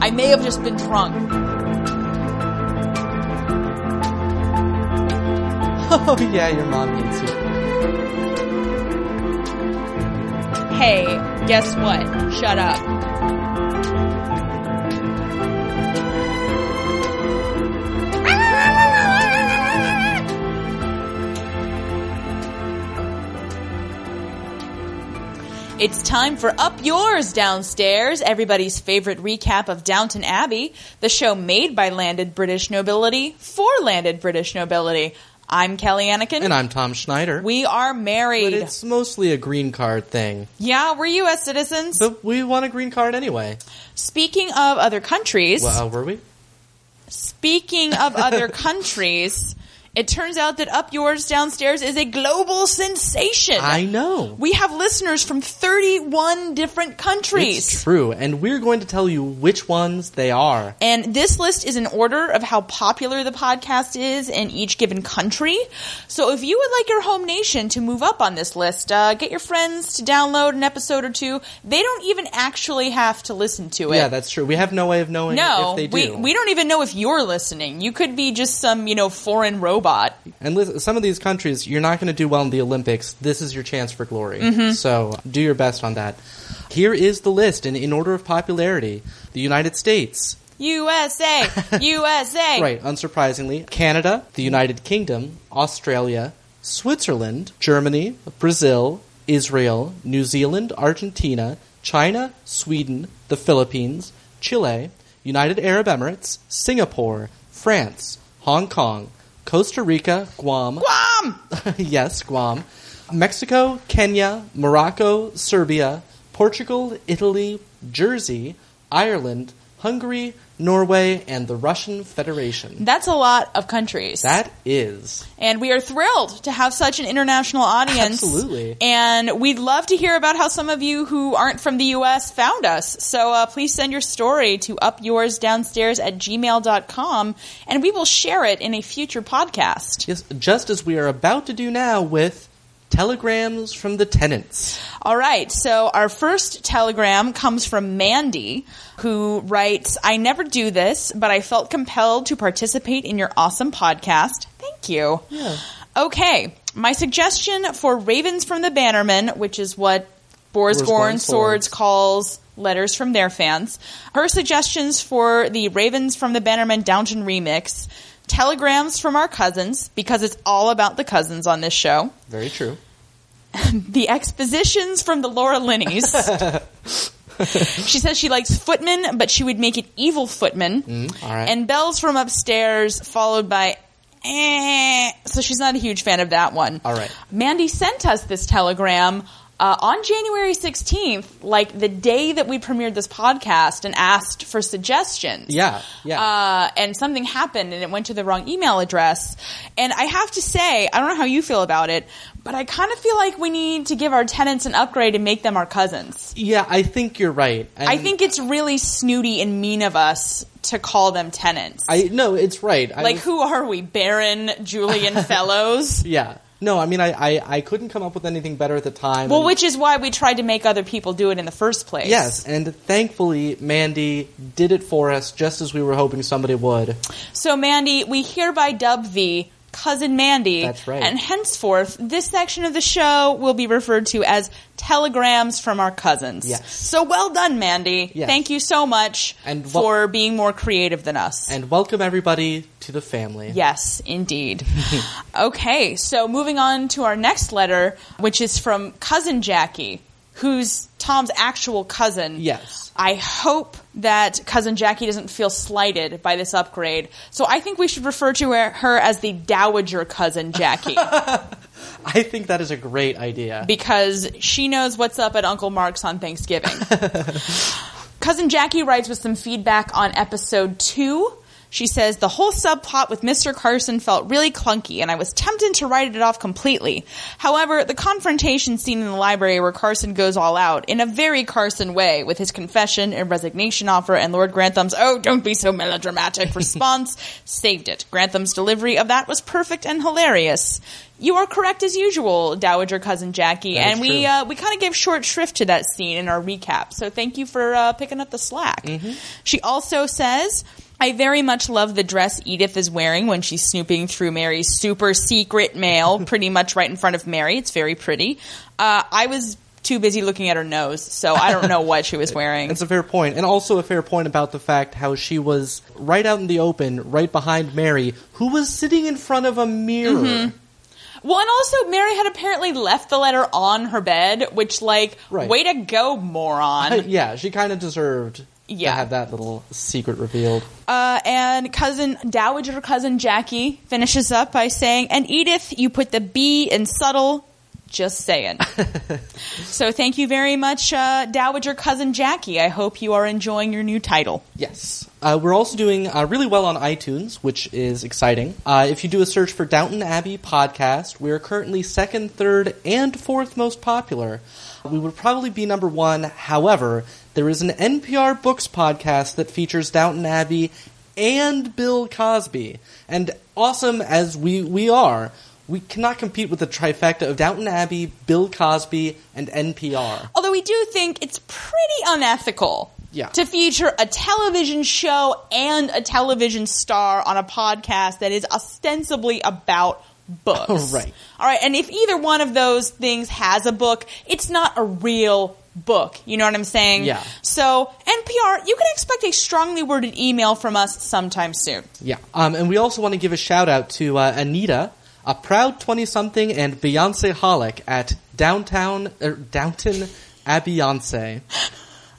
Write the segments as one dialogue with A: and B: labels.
A: I may have just been drunk.
B: Oh, yeah, your mom hates you.
A: Hey, guess what? Shut up. It's time for Up Yours Downstairs, everybody's favorite recap of Downton Abbey, the show made by landed British nobility for landed British nobility. I'm Kelly Anakin.
B: And I'm Tom Schneider.
A: we are
B: but
A: married.
B: it's mostly a green card thing.
A: Yeah, we're U.S. citizens.
B: But we want a green card anyway.
A: Speaking of other countries,
B: Well, uh, were we?
A: speaking of other countries, it turns out that Up Yours Downstairs is a global sensation.
B: I know.
A: we have listeners from 31 different countries.
B: It's true, and we're going to tell you which ones they are.
A: And this list is in order of how popular the podcast is in each given country. So if you would like your home nation to move up on this list, uh, get your friends to download an episode or two. They don't even actually have to listen to it.
B: Yeah, that's true. We have no way of knowing
A: no,
B: if they
A: we
B: do.
A: we don't even know if you're listening. You could be just some, you know, foreign robot.
B: and listen, some of these countries, you're not going to do well in the Olympics. This is your chance for glory.
A: Mm-hmm.
B: So do your best on that. Here is the list in, in order of popularity: the United States,
A: USA, USA.
B: Right, unsurprisingly, Canada, the United Kingdom, Australia, Switzerland, Germany, Brazil, Israel, New Zealand, Argentina, China, Sweden, the Philippines, Chile, United Arab Emirates, Singapore, France, Hong Kong, Costa Rica, Guam,
A: Guam.
B: yes, Guam, Mexico, Kenya, Morocco, Serbia, Portugal, Italy, Jersey, Ireland, Hungary, Norway, and the Russian Federation.
A: That's a lot of countries.
B: That is.
A: And we are thrilled to have such an international audience.
B: Absolutely.
A: And we'd love to hear about how some of you who aren't from the U.S. found us. So uh, please send your story to upyoursdownstairs at gmail.com and we will share it in a future podcast.
B: Yes, just as we are about to do now with telegrams from the tenants.
A: All right. So our first telegram comes from Mandy, who writes, I never do this, but I felt compelled to participate in your awesome podcast. Thank you.
B: Yeah.
A: Okay. My suggestion for Ravens from the Bannerman, which is what Borsgorn
B: Borsgorn
A: Swords
B: Swords.
A: calls letters from their fans, her suggestions for the Ravens from the Bannerman Downton remix, telegrams from our cousins, because it's all about the cousins on this show
B: Very true.
A: the expositions from the Laura Linneys. she says she likes footmen, but she would make it evil footmen.
B: Mm, all right.
A: And bells from upstairs, followed by. Eh. So she's not a huge fan of that one.
B: All right.
A: Mandy sent us this telegram uh, on January 16th, like the day that we premiered this podcast, and asked for suggestions
B: Yeah, yeah.
A: uh, and something happened and it went to the wrong email address. And I have to say, I don't know how you feel about it, but I kind of feel like we need to give our tenants an upgrade and make them our cousins.
B: yeah, I think you're right. And
A: I think it's really snooty and mean of us to call them tenants.
B: I no, it's right. I
A: like,
B: was-
A: who are we? Baron, Julian Fellows?
B: Yeah. No, I mean I, I I couldn't come up with anything better at the time.
A: Well,
B: and-
A: which is why we tried to make other people do it in the first place.
B: Yes, and thankfully Mandy did it for us just as we were hoping somebody would.
A: So, Mandy, we hereby dub thee Cousin Mandy.
B: That's right.
A: And henceforth, this section of the show will be referred to as Telegrams from Our Cousins.
B: Yes.
A: So, well done, Mandy.
B: Yes.
A: Thank you so much
B: And wha-
A: for being more creative than us.
B: And welcome everybody to the family.
A: Yes, indeed. okay, so moving on to our next letter, which is from Cousin Jackie, who's Tom's actual cousin.
B: Yes.
A: I hope that Cousin Jackie doesn't feel slighted by this upgrade. So I think we should refer to her- her as the Dowager Cousin Jackie
B: I think that is a great idea.
A: because she knows what's up at Uncle Mark's on Thanksgiving. Cousin Jackie writes with some feedback on episode two. She says the whole subplot with Mr. Carson felt really clunky and I was tempted to write it off completely. However, the confrontation scene in the library where Carson goes all out in a very Carson way with his confession and resignation offer and Lord Grantham's "Oh, don't be so melodramatic" response saved it. Grantham's delivery of that was perfect and hilarious. You are correct as usual, Dowager Cousin Jackie,
B: That is
A: and
B: true.
A: we uh, we kind of gave short shrift to that scene in our recap. So thank you for uh, picking up the slack.
B: Mm-hmm.
A: She also says. I very much love the dress Edith is wearing when she's snooping through Mary's super secret mail, pretty much right in front of Mary. It's very pretty. Uh, I was too busy looking at her nose, so I don't know what she was wearing.
B: It's a fair point, and also a fair point about the fact how she was right out in the open, right behind Mary, who was sitting in front of a
A: Well,
B: mirror.
A: and also Mary had apparently left the letter on her bed, which, like,
B: Right.
A: way to go, moron.
B: Yeah, she kind of deserved
A: Mm-hmm. Yeah.
B: to have that little secret revealed.
A: Uh, and cousin dowager cousin Jackie finishes up by saying, "And Edith, you put the B in subtle." Just saying. so thank you very much, uh, dowager cousin Jackie. I hope you are enjoying your new title.
B: Yes. Uh, we're also doing uh, really well on iTunes, which is exciting. Uh, if you do a search for Downton Abbey podcast, we are currently second, third, and fourth most popular. We would probably be number one. However, there is an NPR Books podcast that features Downton Abbey and Bill Cosby. And awesome as we, we are, we cannot compete with the trifecta of Downton Abbey, Bill Cosby, and NPR.
A: Although we do think it's pretty unethical
B: Yeah.
A: to feature a television show and a television star on a podcast that is ostensibly about books.
B: Oh, Right.
A: All right, and if either one of those things has a book, it's not a real book. You know what I'm saying?
B: Yeah.
A: So, NPR, you can expect a strongly worded email from us sometime soon.
B: Yeah. Um, and we also want to give a shout out to uh, Anita, a proud 20 something, and Beyonce Holic at Downtown, er, Downton Abbeyonce.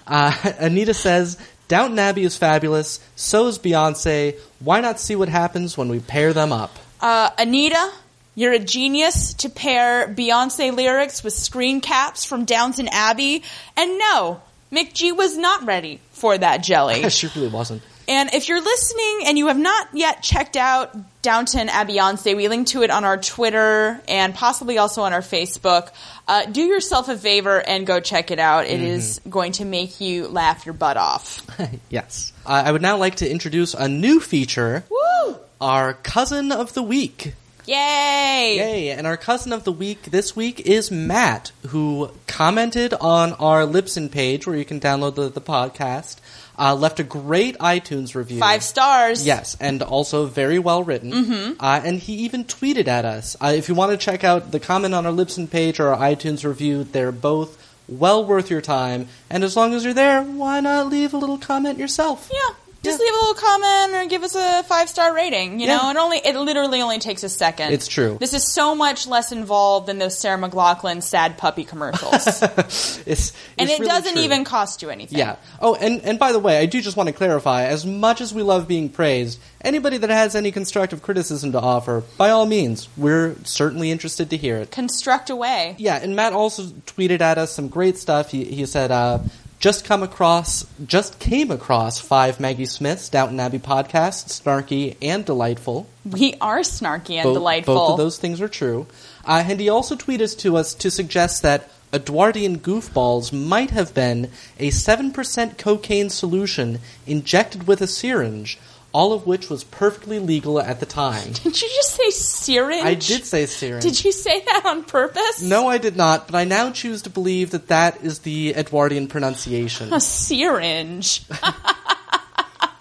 B: Uh, Anita says, Downton Abbey is fabulous, so is Beyonce. Why not see what happens when we pair them up?
A: Uh, Anita, you're a genius to pair Beyonce lyrics with screen caps from Downton Abbey. And no, Mick G was not ready for that jelly.
B: she really wasn't.
A: And if you're listening and you have not yet checked out Downton Abbeyonce, we link to it on our Twitter and possibly also on our Facebook. Uh, do yourself a favor and go check it out. It is going to make you laugh your butt off.
B: yes. Uh, I would now like to introduce a new feature
A: Woo!
B: our cousin of the week.
A: Yay!
B: Yay! And our cousin of the week this week is Matt, who commented on our Libsyn page where you can download the, the podcast. Uh, left a great iTunes review.
A: Five stars.
B: Yes, and also very well written. Mm-hmm. Uh, and he even tweeted at us. Uh, if you want to check out the comment on our Libsyn page or our iTunes review, they're both well worth your time. And as long as you're there, why not leave a little comment yourself?
A: Yeah. Just
B: Yeah.
A: leave a little comment or give us a five star rating. You
B: Yeah.
A: know, it only it literally only takes a second.
B: It's true.
A: This is so much less involved than those Sarah McLaughlin sad puppy commercials, and
B: It's, it's
A: it
B: really
A: doesn't
B: true.
A: even cost you anything.
B: Yeah. Oh, and, and by the way, I do just want to clarify as much as we love being praised, anybody that has any constructive criticism to offer, by all means, we're certainly interested to hear it.
A: Construct away.
B: Yeah, and Matt also tweeted at us some great stuff. He, he said, uh, just come across, just came across five Maggie Smith's Downton Abbey podcasts, snarky and delightful.
A: We are snarky and
B: Bo-
A: delightful.
B: Both of those things are true. Uh, and he also tweeted to us to suggest that Edwardian goofballs might have been a 7% cocaine solution injected with a syringe, all of which was perfectly legal at the time.
A: Did you just say syringe?
B: I did say syringe.
A: Did you say that on purpose?
B: no, I did not, but I now choose to believe that that is the Edwardian pronunciation.
A: A syringe.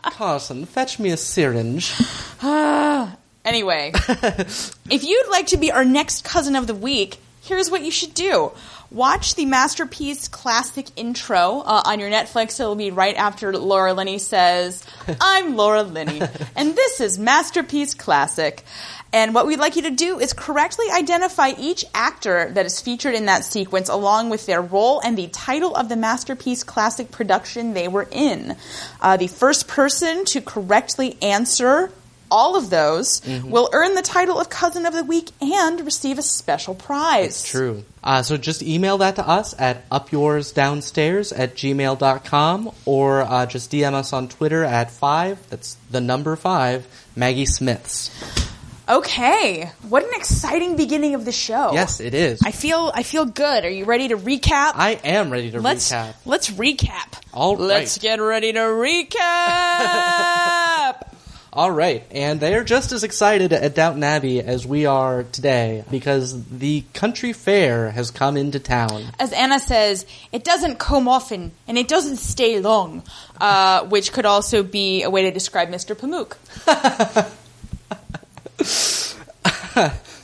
B: Carson, fetch me a syringe.
A: Anyway, if you'd like to be our next cousin of the week, here's what you should do. Watch the masterpiece classic intro uh, on your Netflix. It'll be right after Laura Linney says, I'm Laura Linney, and this is Masterpiece Classic. And what we'd like you to do is correctly identify each actor that is featured in that sequence along with their role and the title of the Masterpiece Classic production they were in. Uh, the first person to correctly answer all of those
B: Mm-hmm.
A: will earn the title of Cousin of the Week and receive a special prize.
B: It's true. Uh, so just email that to us at upyoursdownstairs at gmail.com or uh, just DM us on Twitter at five. That's the number five, Maggie Smiths.
A: Okay, what an exciting beginning of the show.
B: Yes, it is.
A: I feel I feel good. Are you ready to recap?
B: I am ready to
A: let's
B: recap.
A: let's recap.
B: All
A: Let's
B: right.
A: get ready to recap.
B: All right, and they are just as excited at Downton Abbey as we are today because the country fair has come into town.
A: as Anna says, it doesn't come often and it doesn't stay long, uh, which could also be a way to describe Mr. Pamuk.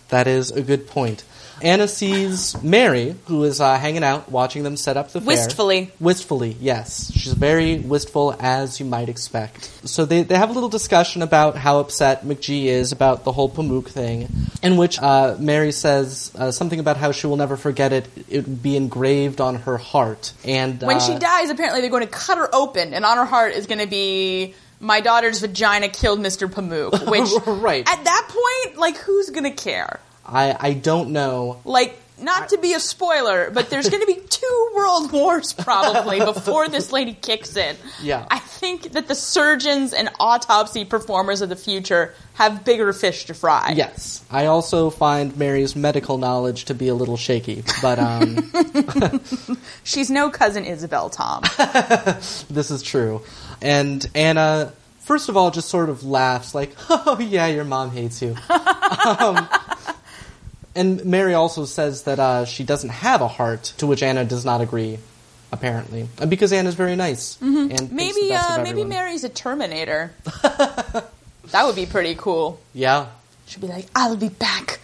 B: That is a good point. Anna sees Mary, who is uh, hanging out, watching them set up the fair.
A: Wistfully.
B: Wistfully, yes. She's very wistful, as you might expect. So they, they have a little discussion about how upset McGee is about the whole Pamuk thing, in which uh, Mary says uh, something about how she will never forget it. It would be engraved on her heart. And
A: When
B: uh,
A: she dies, apparently they're going to cut her open, and on her heart is going to be my daughter's vagina killed Mr. Pamuk. Which,
B: Right.
A: at that point, like who's going to care?
B: I, I don't know.
A: Like. Not to be a spoiler, but there's going to be two world wars probably before this lady kicks in.
B: Yeah.
A: I think that the surgeons and autopsy performers of the future have bigger fish to fry.
B: Yes, I also find Mary's medical knowledge to be a little shaky, but um,
A: She's no cousin Isabel, Tom.
B: This is true. And Anna, first of all, just sort of laughs, like, oh, yeah, your mom hates you. um, and Mary also says that uh, she doesn't have a heart, to which Anna does not agree, apparently. Uh, Because Anna's very nice. And thinks the
A: Mm-hmm. maybe
B: best of
A: uh, maybe
B: everyone.
A: Mary's a Terminator. that would be pretty cool.
B: Yeah.
A: She'd be like, "I'll be back,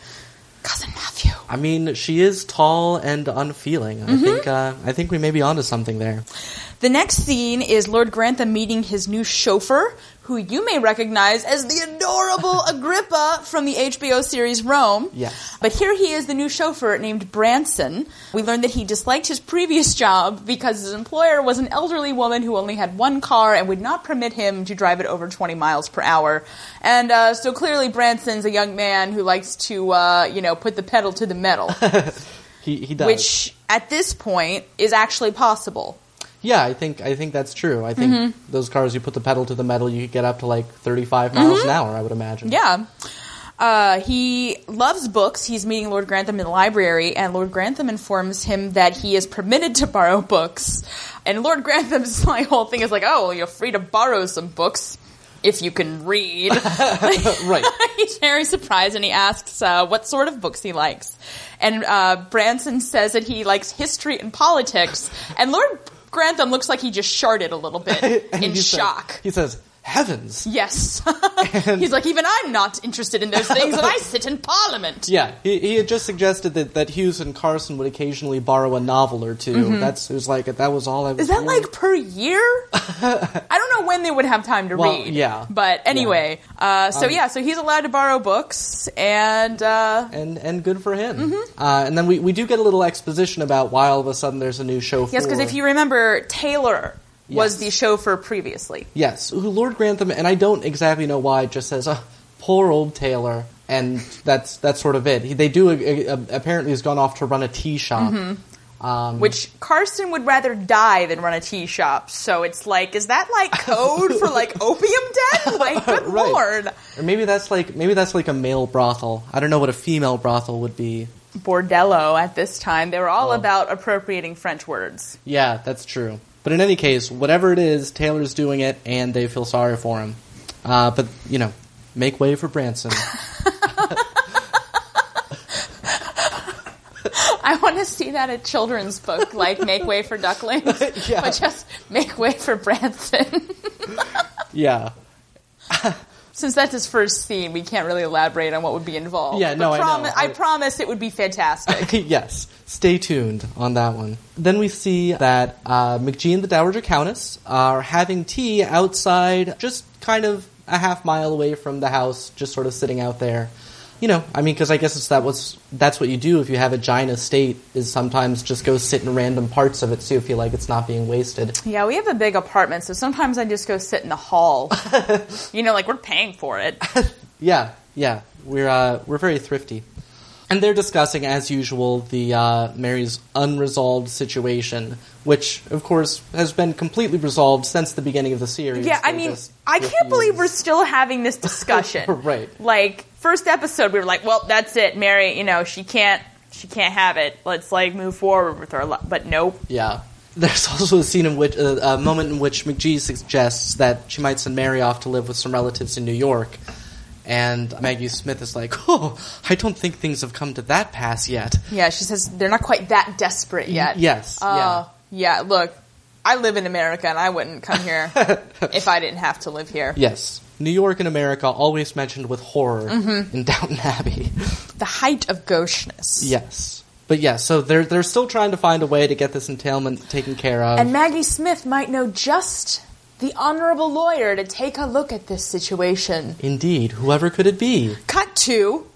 A: cousin Matthew."
B: I mean, she is tall and unfeeling.
A: Mm-hmm.
B: I think uh, I think we may be onto something there.
A: The next scene is Lord Grantham meeting his new chauffeur, who you may recognize as the adorable Agrippa from the HBO series Rome.
B: Yes.
A: But here he is, the new chauffeur named Branson. We learned that he disliked his previous job because his employer was an elderly woman who only had one car and would not permit him to drive it over 20 miles per hour. And uh, so clearly, Branson's a young man who likes to, uh, you know, put the pedal to the metal,
B: He he does.
A: which at this point is actually possible.
B: Yeah, I think I think that's true. I think
A: Mm-hmm.
B: those cars, you put the pedal to the metal, you could get up to like thirty-five miles
A: Mm-hmm.
B: an hour. I would imagine.
A: Yeah. Uh, he loves books. He's meeting Lord Grantham in the library, and Lord Grantham informs him that he is permitted to borrow books. And Lord Grantham's like, whole thing is like, oh, well, you're free to borrow some books if you can read.
B: right.
A: He's very surprised, and he asks uh, what sort of books he likes. And uh, Branson says that he likes history and politics, and Lord Grantham looks like he just sharted a little bit in
B: he says-
A: shock.
B: he says, "Heavens!"
A: Yes. He's like, even I'm not interested in those things, and I sit in Parliament.
B: Yeah, he, he had just suggested that, that Hughes and Carson would occasionally borrow a novel or 2 That's it was like that was all I was.
A: Mm-hmm. Is that
B: doing."
A: like per year? I don't know when they would have time to
B: Well,
A: read.
B: yeah. Um,
A: But anyway, uh, so yeah, so he's allowed to borrow books, and uh,
B: And and good for him.
A: Mm-hmm.
B: Uh, and then we, we do get a little exposition about why all of a sudden there's a new show.
A: yes, because if you remember, Taylor was
B: Yes.
A: the chauffeur previously.
B: yes, who Lord Grantham and I don't exactly know why just says, oh, "Poor old Taylor." And that's that's sort of it. He, they do uh, uh, apparently has gone off to run a tea shop.
A: Mm-hmm.
B: Um,
A: Which Carson would rather die than run a tea shop. So it's like, is that like code for like opium den? Like, good
B: Right.
A: lord.
B: or maybe that's like maybe that's like a male brothel. I don't know what a female brothel would be.
A: Bordello at this time. They were all about appropriating French words.
B: Yeah, that's true. But in any case, whatever it is, Taylor's doing it, and they feel sorry for him. Uh, but you know, make way for Branson.
A: I want to see that a children's book, like Make Way for Ducklings,
B: Yeah.
A: but just Make Way for Branson.
B: yeah,
A: Since that's his first scene, we can't really elaborate on what would be involved.
B: Yeah, no, I know.
A: promi- I,
B: I-
A: promise it would be fantastic.
B: yes. Stay tuned on that one. Then we see that uh, McGee and the Dowager Countess are having tea outside, just kind of a half mile away from the house, just sort of sitting out there. you know, I mean, because I guess it's that what's that's what you do if you have a giant estate is sometimes just go sit in random parts of it so you feel like it's not being wasted.
A: Yeah, we have a big apartment, so sometimes I just go sit in the hall. you know, like we're paying for it.
B: Yeah, yeah, we're uh, we're very thrifty, and they're discussing as usual the uh, Mary's unresolved situation, which of course has been completely resolved since the beginning of the series.
A: yeah, I
B: They
A: mean,
B: just
A: I can't believe we're
B: refuse.
A: still having this discussion.
B: Right.
A: Like first episode, we were like, "Well, that's it, Mary. You know, she can't, she can't have it. Let's like move forward with her." Li-. But nope.
B: Yeah. There's also a scene in which uh, a moment in which McGee suggests that she might send Mary off to live with some relatives in New York, and Maggie Smith is like, "Oh, I don't think things have come to that pass yet."
A: Yeah, she says they're not quite that desperate yet.
B: yes,
A: Uh, yeah. Look, I live in America, and I wouldn't come here if I didn't have to live here.
B: Yes, New York and America always mentioned with horror
A: Mm-hmm.
B: in Downton Abbey.
A: The height of gaucheness.
B: yes, but yeah, so they're they're still trying to find a way to get this entailment taken care of.
A: And Maggie Smith might know just the honorable lawyer to take a look at this situation.
B: Indeed, whoever could it be?
A: Cut to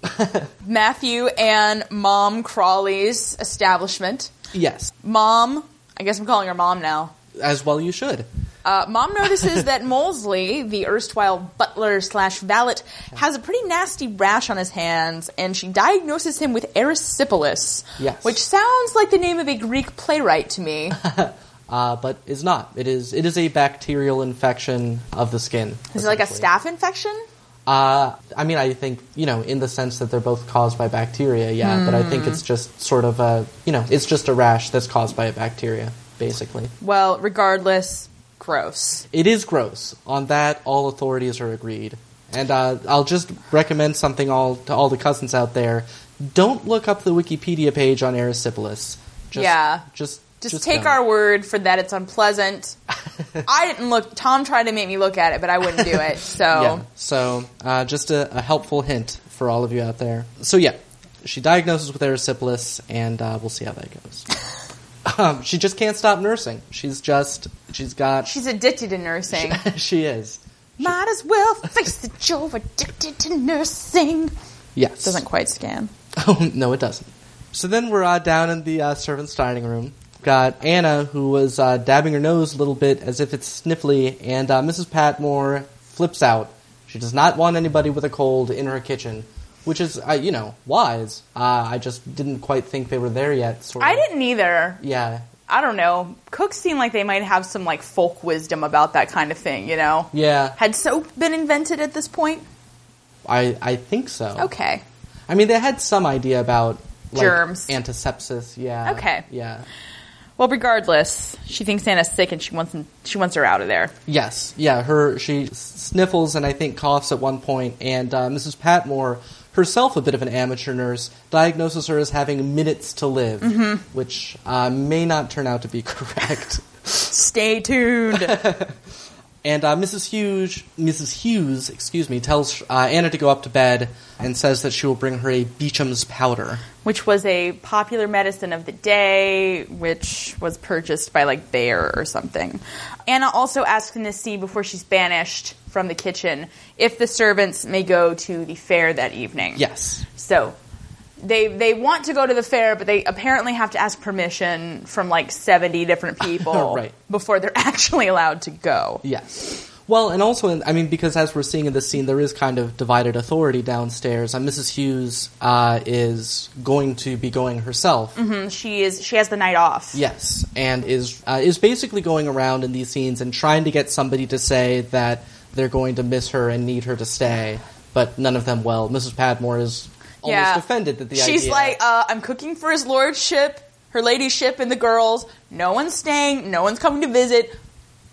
A: Matthew and Mom Crawley's establishment.
B: Yes,
A: Mom, I guess I'm calling her Mom now.
B: as well you should.
A: Uh, Mom notices that Molesley, the erstwhile butler slash valet, has a pretty nasty rash on his hands, and she diagnoses him with erysipelas,
B: Yes.
A: which sounds like the name of a Greek playwright to me.
B: uh, but is not. It is it is a bacterial infection of the skin.
A: Is it like a
B: essentially.
A: staph infection?
B: Uh, I mean, I think you know, in the sense that they're both caused by bacteria, yeah. But I
A: Mm.
B: think it's just sort of a you know, it's just a rash that's caused by a bacteria, basically.
A: Well, regardless, gross.
B: It is gross. On that, all authorities are agreed. And uh, I'll just recommend something all to all the cousins out there: don't look up the Wikipedia page on erysipelas. Just,
A: Yeah.
B: just
A: Just, take
B: don't.
A: our word for that it's unpleasant. I didn't look. Tom tried to make me look at it, but I wouldn't do it. So
B: Yeah. So, uh, just a, a helpful hint for all of you out there. So, yeah, she diagnoses with erysipelas, and uh, we'll see how that goes. um, she just can't stop nursing. She's just, she's got,
A: she's addicted to nursing.
B: she is.
A: Might as well face that you're addicted to nursing.
B: Yes.
A: Doesn't quite scan.
B: Oh no, it doesn't. So then we're uh, down in the uh, servants' dining room. Got Anna, who was uh, dabbing her nose a little bit as if it's sniffly, and uh, Mrs. Patmore flips out. She does not want anybody with a cold in her kitchen, which is, uh, you know, wise. Uh, I just didn't quite think they were there yet. Sort of.
A: I didn't either.
B: Yeah,
A: I don't know. Cooks seem like they might have some like folk wisdom about that kind of thing. You know.
B: yeah.
A: Had soap been invented at this point?
B: I I think so.
A: Okay.
B: I mean, they had some idea about like,
A: Germs.
B: antisepsis. Yeah.
A: Okay.
B: Yeah.
A: Well, regardless, she thinks Anna's sick and she wants him, she wants her out of there.
B: Yes, yeah. Her she s- sniffles and I think coughs at one point, and uh, Mrs. Patmore, herself a bit of an amateur nurse, diagnoses her as having minutes to live, which uh, may not turn out to be correct.
A: Stay tuned.
B: and uh, Mrs. Hughes, Mrs. Hughes, excuse me, tells uh, Anna to go up to bed and says that she will bring her a Beecham's powder.
A: which was a popular medicine of the day, which was purchased by like Bayer or something. Anna also asks in this scene before she's banished from the kitchen if the servants may go to the fair that evening.
B: Yes,
A: So they they want to go to the fair, but they apparently have to ask permission from like seventy different people
B: Right.
A: before they're actually allowed to go.
B: Yes. Well, and also, in, I mean, because as we're seeing in this scene, there is kind of divided authority downstairs. And Mrs. Hughes uh, is going to be going herself.
A: And Mm, she is she has the night off.
B: Yes, and is uh, is basically going around in these scenes and trying to get somebody to say that they're going to miss her and need her to stay, but none of them will. Mrs. Padmore is almost offended that the
A: she's
B: idea-
A: like, uh, I'm cooking for his lordship, her ladyship, and the girls. No one's staying. No one's coming to visit.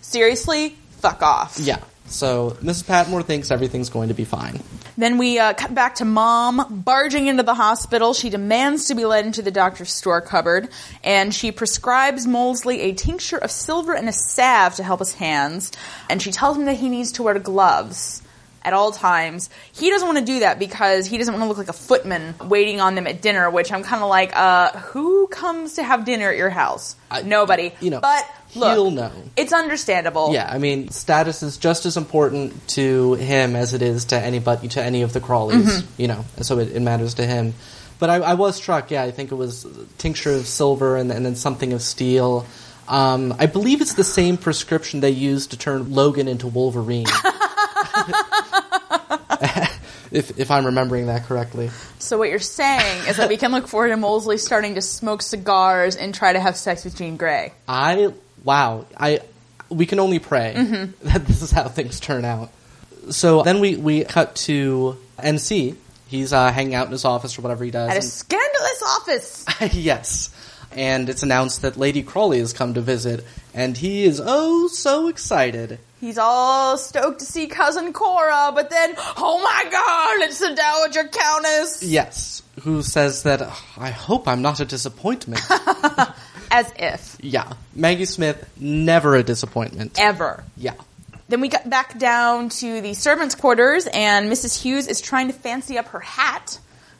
A: Seriously, fuck off.
B: yeah. So Mrs. Patmore thinks everything's going to be fine.
A: Then we uh, cut back to mom barging into the hospital. She demands to be led into the doctor's store cupboard, and she prescribes Molesley a tincture of silver and a salve to help his hands. And she tells him that he needs to wear gloves. at all times. He doesn't want to do that because he doesn't want to look like a footman waiting on them at dinner, which I'm kind of like, uh, who comes to have dinner at your house?
B: I-
A: Nobody.
B: you know,
A: but look,
B: he'll know.
A: It's understandable.
B: Yeah, I mean, status is just as important to him as it is to anybody to any of the Crawleys. You know, and so it, it matters to him. But I, I was struck. Yeah, I think it was tincture of silver and, and then something of steel. Um, I believe it's the same prescription they used to turn Logan into Wolverine. if if I'm remembering that correctly.
A: So what you're saying is that we can look forward to Molesley starting to smoke cigars and try to have sex with Jean Grey.
B: I wow. I we can only pray that this is how things turn out. So then we we cut to NC. He's uh, hanging out in his office or whatever he does.
A: At a
B: and-
A: scandalous office.
B: yes. And it's announced that Lady Crawley has come to visit, and he is oh so excited.
A: He's all stoked to see cousin Cora, but then, oh my god, it's the Dowager Countess.
B: Yes, who says that "Ugh, I hope I'm not a disappointment.
A: As if
B: yeah, Maggie Smith never a disappointment.
A: ever.
B: Yeah,
A: Then we got back down to the servants' quarters, and Mrs. Hughes is trying to fancy up her hat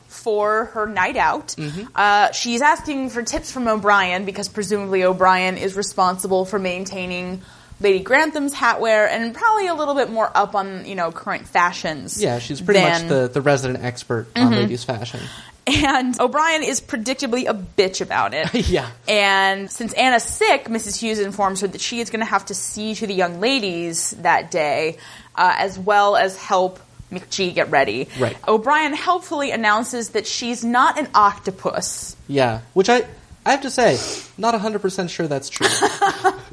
A: for her night out.
B: Mm-hmm.
A: Uh, she's asking for tips from O'Brien because presumably O'Brien is responsible for maintaining Lady Grantham's hat wear and probably a little bit more up on you know current fashions.
B: yeah, she's pretty
A: than-
B: much the the resident expert on ladies' fashion.
A: And O'Brien is predictably a bitch about it.
B: yeah,
A: And since Anna's sick, Mrs. Hughes informs her that she is going to have to see to the young ladies that day, uh, as well as help McGee get ready.
B: Right.
A: O'Brien helpfully announces that she's not an octopus.
B: Yeah, which I I have to say, not 100% sure that's true.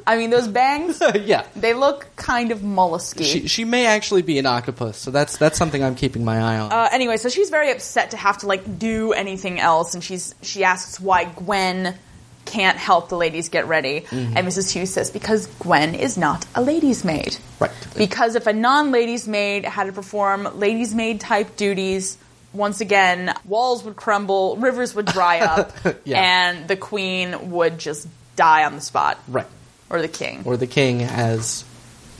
A: I mean, those bangs,
B: yeah.
A: they look kind of mollusky.
B: She she may actually be an octopus, so that's that's something I'm keeping my eye on.
A: uh, anyway, so she's very upset to have to like do anything else, and she's she asks why Gwen can't help the ladies get ready,
B: Mm-hmm.
A: and Mrs. Hughes says because Gwen is not a lady's maid.
B: Right.
A: Because if a non-ladies maid had to perform ladies maid type duties, once again walls would crumble, rivers would dry up,
B: Yeah.
A: and the queen would just die on the spot,
B: right.
A: or the king,
B: Or the king as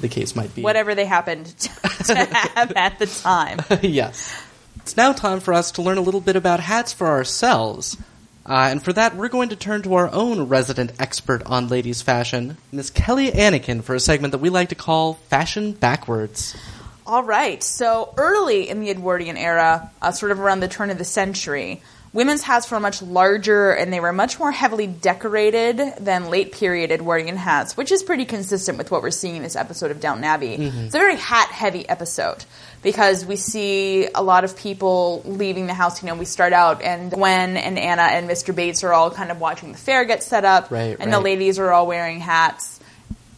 B: the case might be.
A: whatever they happened to, to have at the time.
B: yes. It's now time for us to learn a little bit about hats for ourselves. Uh, and for that, we're going to turn to our own resident expert on ladies' fashion, Miss Kelly Anakin, for a segment that we like to call Fashion Backwards.
A: All right. So early in the Edwardian era, uh, sort of around the turn of the century, women's hats were much larger and they were much more heavily decorated than late period Edwardian hats, which is pretty consistent with what we're seeing in this episode of Downton Abbey.
B: Mm-hmm.
A: It's a very hat heavy episode because we see a lot of people leaving the house. You know, we start out and Gwen and Anna and Mr. Bates are all kind of watching the fair get set up,
B: Right,
A: and the
B: right.
A: ladies are all wearing hats.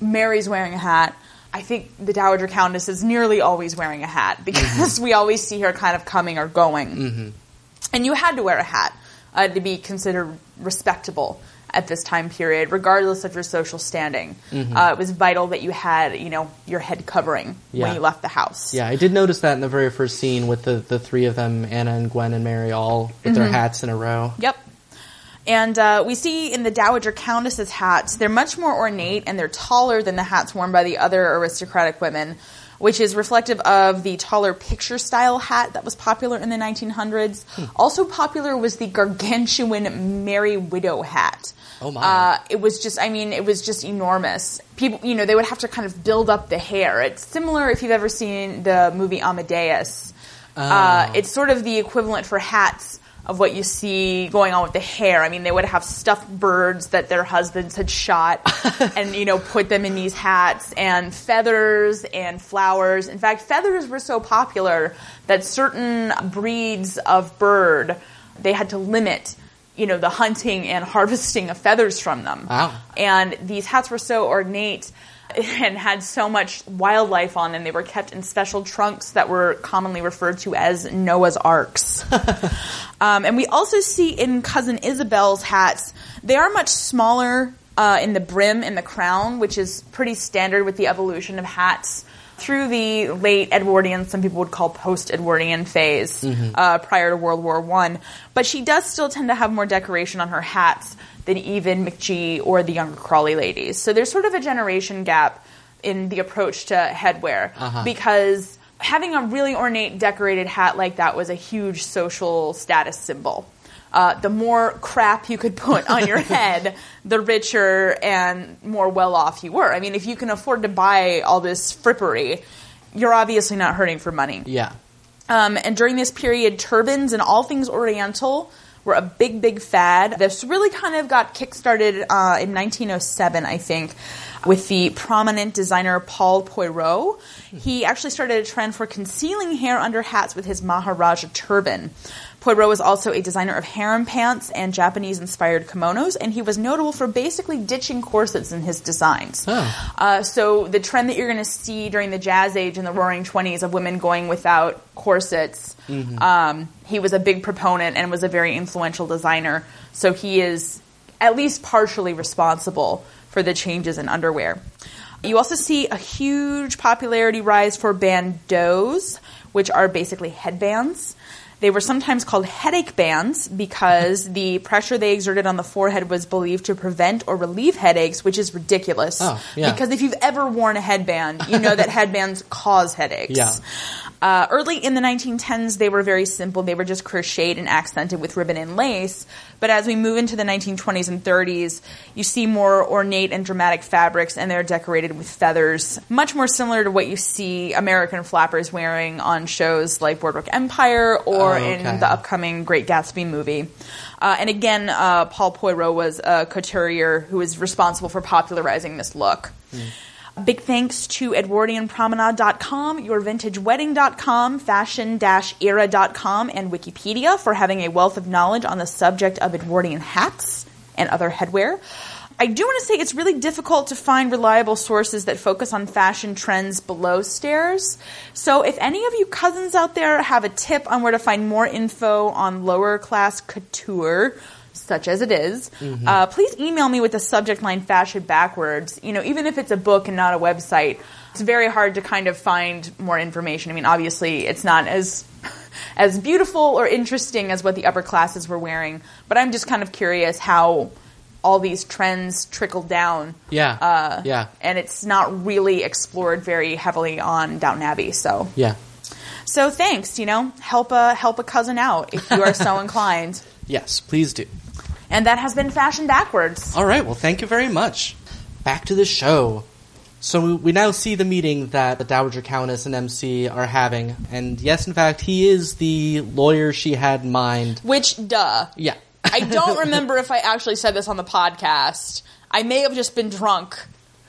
A: Mary's wearing a hat. I think the Dowager Countess is nearly always wearing a hat because we always see her kind of coming or going. Mm-hmm. And you had to wear a hat uh, to be considered respectable at this time period, regardless of your social standing. Uh, it was vital that you had, you know, your head covering
B: Yeah.
A: when you left the house.
B: Yeah, I did notice that in the very first scene with the, the three of them, Anna and Gwen and Mary, all with
A: Mm-hmm.
B: their hats in a row.
A: Yep. And uh, we see in the Dowager Countess's hats, they're much more ornate and they're taller than the hats worn by the other aristocratic women, which is reflective of the taller picture style hat that was popular in the 1900s.
B: Hmm.
A: Also popular was the gargantuan Merry Widow hat.
B: Oh, my.
A: Uh, it was just, I mean, it was just enormous. People, you know, they would have to kind of build up the hair. It's similar if you've ever seen the movie Amadeus. Uh, it's sort of the equivalent for hats of what you see going on with the hair. I mean, they would have stuffed birds that their husbands had shot and, you know, put them in these hats and feathers and flowers. In fact, feathers were so popular that certain breeds of bird, they had to limit, you know, the hunting and harvesting of feathers from them.
B: Wow.
A: And these hats were so ornate and had so much wildlife on them. They were kept in special trunks that were commonly referred to as Noah's Arks. Um, and we also see in Cousin Isabel's hats, they are much smaller uh, in the brim and the crown, which is pretty standard with the evolution of hats through the late Edwardian, some people would call post-Edwardian phase, uh, prior to World War One. But she does still tend to have more decoration on her hats than even McGee or the younger Crawley ladies. So there's sort of a generation gap in the approach to headwear because having a really ornate, decorated hat like that was a huge social status symbol. Uh, the more crap you could put on your head, the richer and more well off you were. I mean, if you can afford to buy all this frippery, you're obviously not hurting for money.
B: Yeah.
A: Um, and during this period, turbans and all things Oriental were a big, big fad. This really kind of got kickstarted uh, in 1907, I think, with the prominent designer Paul Poiret. He actually started a trend for concealing hair under hats with his Maharaja turban. Poirot was also a designer of harem pants and Japanese inspired kimonos, and he was notable for basically ditching corsets in his designs.
B: Oh.
A: Uh, so, the trend that you're going to see during the Jazz Age and the Roaring Twenties of women going without corsets, um, he was a big proponent and was a very influential designer. So, he is at least partially responsible for the changes in underwear. You also see a huge popularity rise for bandeaus, which are basically headbands. They were sometimes called headache bands because the pressure they exerted on the forehead was believed to prevent or relieve headaches, which is ridiculous.
B: Oh, yeah.
A: Because if you've ever worn a headband, you know that headbands cause headaches.
B: Yeah.
A: Uh, early in the 1910s, they were very simple. They were just crocheted and accented with ribbon and lace. But as we move into the 1920s and 30s, you see more ornate and dramatic fabrics, and they're decorated with feathers, much more similar to what you see American flappers wearing on shows like Boardwalk Empire or
B: Oh, okay.
A: in the upcoming Great Gatsby movie. Uh, and again, uh, Paul Poiret was a couturier who was responsible for popularizing this look.
B: Hmm.
A: Big thanks to EdwardianPromenade.com, YourVintageWedding.com, Fashion-Era.com, and Wikipedia for having a wealth of knowledge on the subject of Edwardian hats and other headwear. I do want to say it's really difficult to find reliable sources that focus on fashion trends below stairs. So if any of you cousins out there have a tip on where to find more info on lower class couture, such as it is, uh, please email me with the subject line fashion backwards. You know, even if it's a book and not a website, it's very hard to kind of find more information. I mean, obviously, it's not as as beautiful or interesting as what the upper classes were wearing, but I'm just kind of curious how all these trends trickle down.
B: Yeah.
A: Uh,
B: yeah.
A: And it's not really explored very heavily on Downton Abbey, so
B: Yeah.
A: so thanks. You know, help a help a cousin out if you are so inclined.
B: Yes, please do.
A: And that has been Fashion Backwards.
B: All right. Well, thank you very much. Back to the show. So we, we now see the meeting that the Dowager Countess and MC are having, and yes, in fact, he is the lawyer she had in mind.
A: Which, duh.
B: Yeah.
A: I don't remember if I actually said this on the podcast. I may have just been drunk,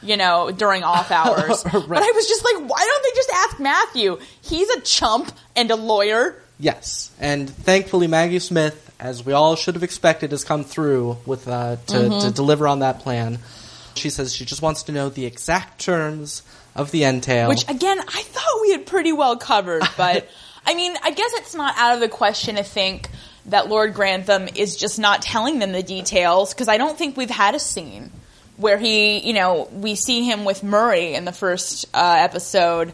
A: you know, during off hours.
B: Right.
A: But I was just like, why don't they just ask Matthew? He's a chump and a lawyer.
B: Yes, and thankfully Maggie Smith, as we all should have expected, has come through with uh, to,
A: Mm-hmm.
B: to deliver on that plan. She says she just wants to know the exact terms of the entail.
A: Which, again, I thought we had pretty well covered, but I mean, I guess it's not out of the question to think that Lord Grantham is just not telling them the details because I don't think we've had a scene where he, you know, we see him with Murray in the first uh, episode.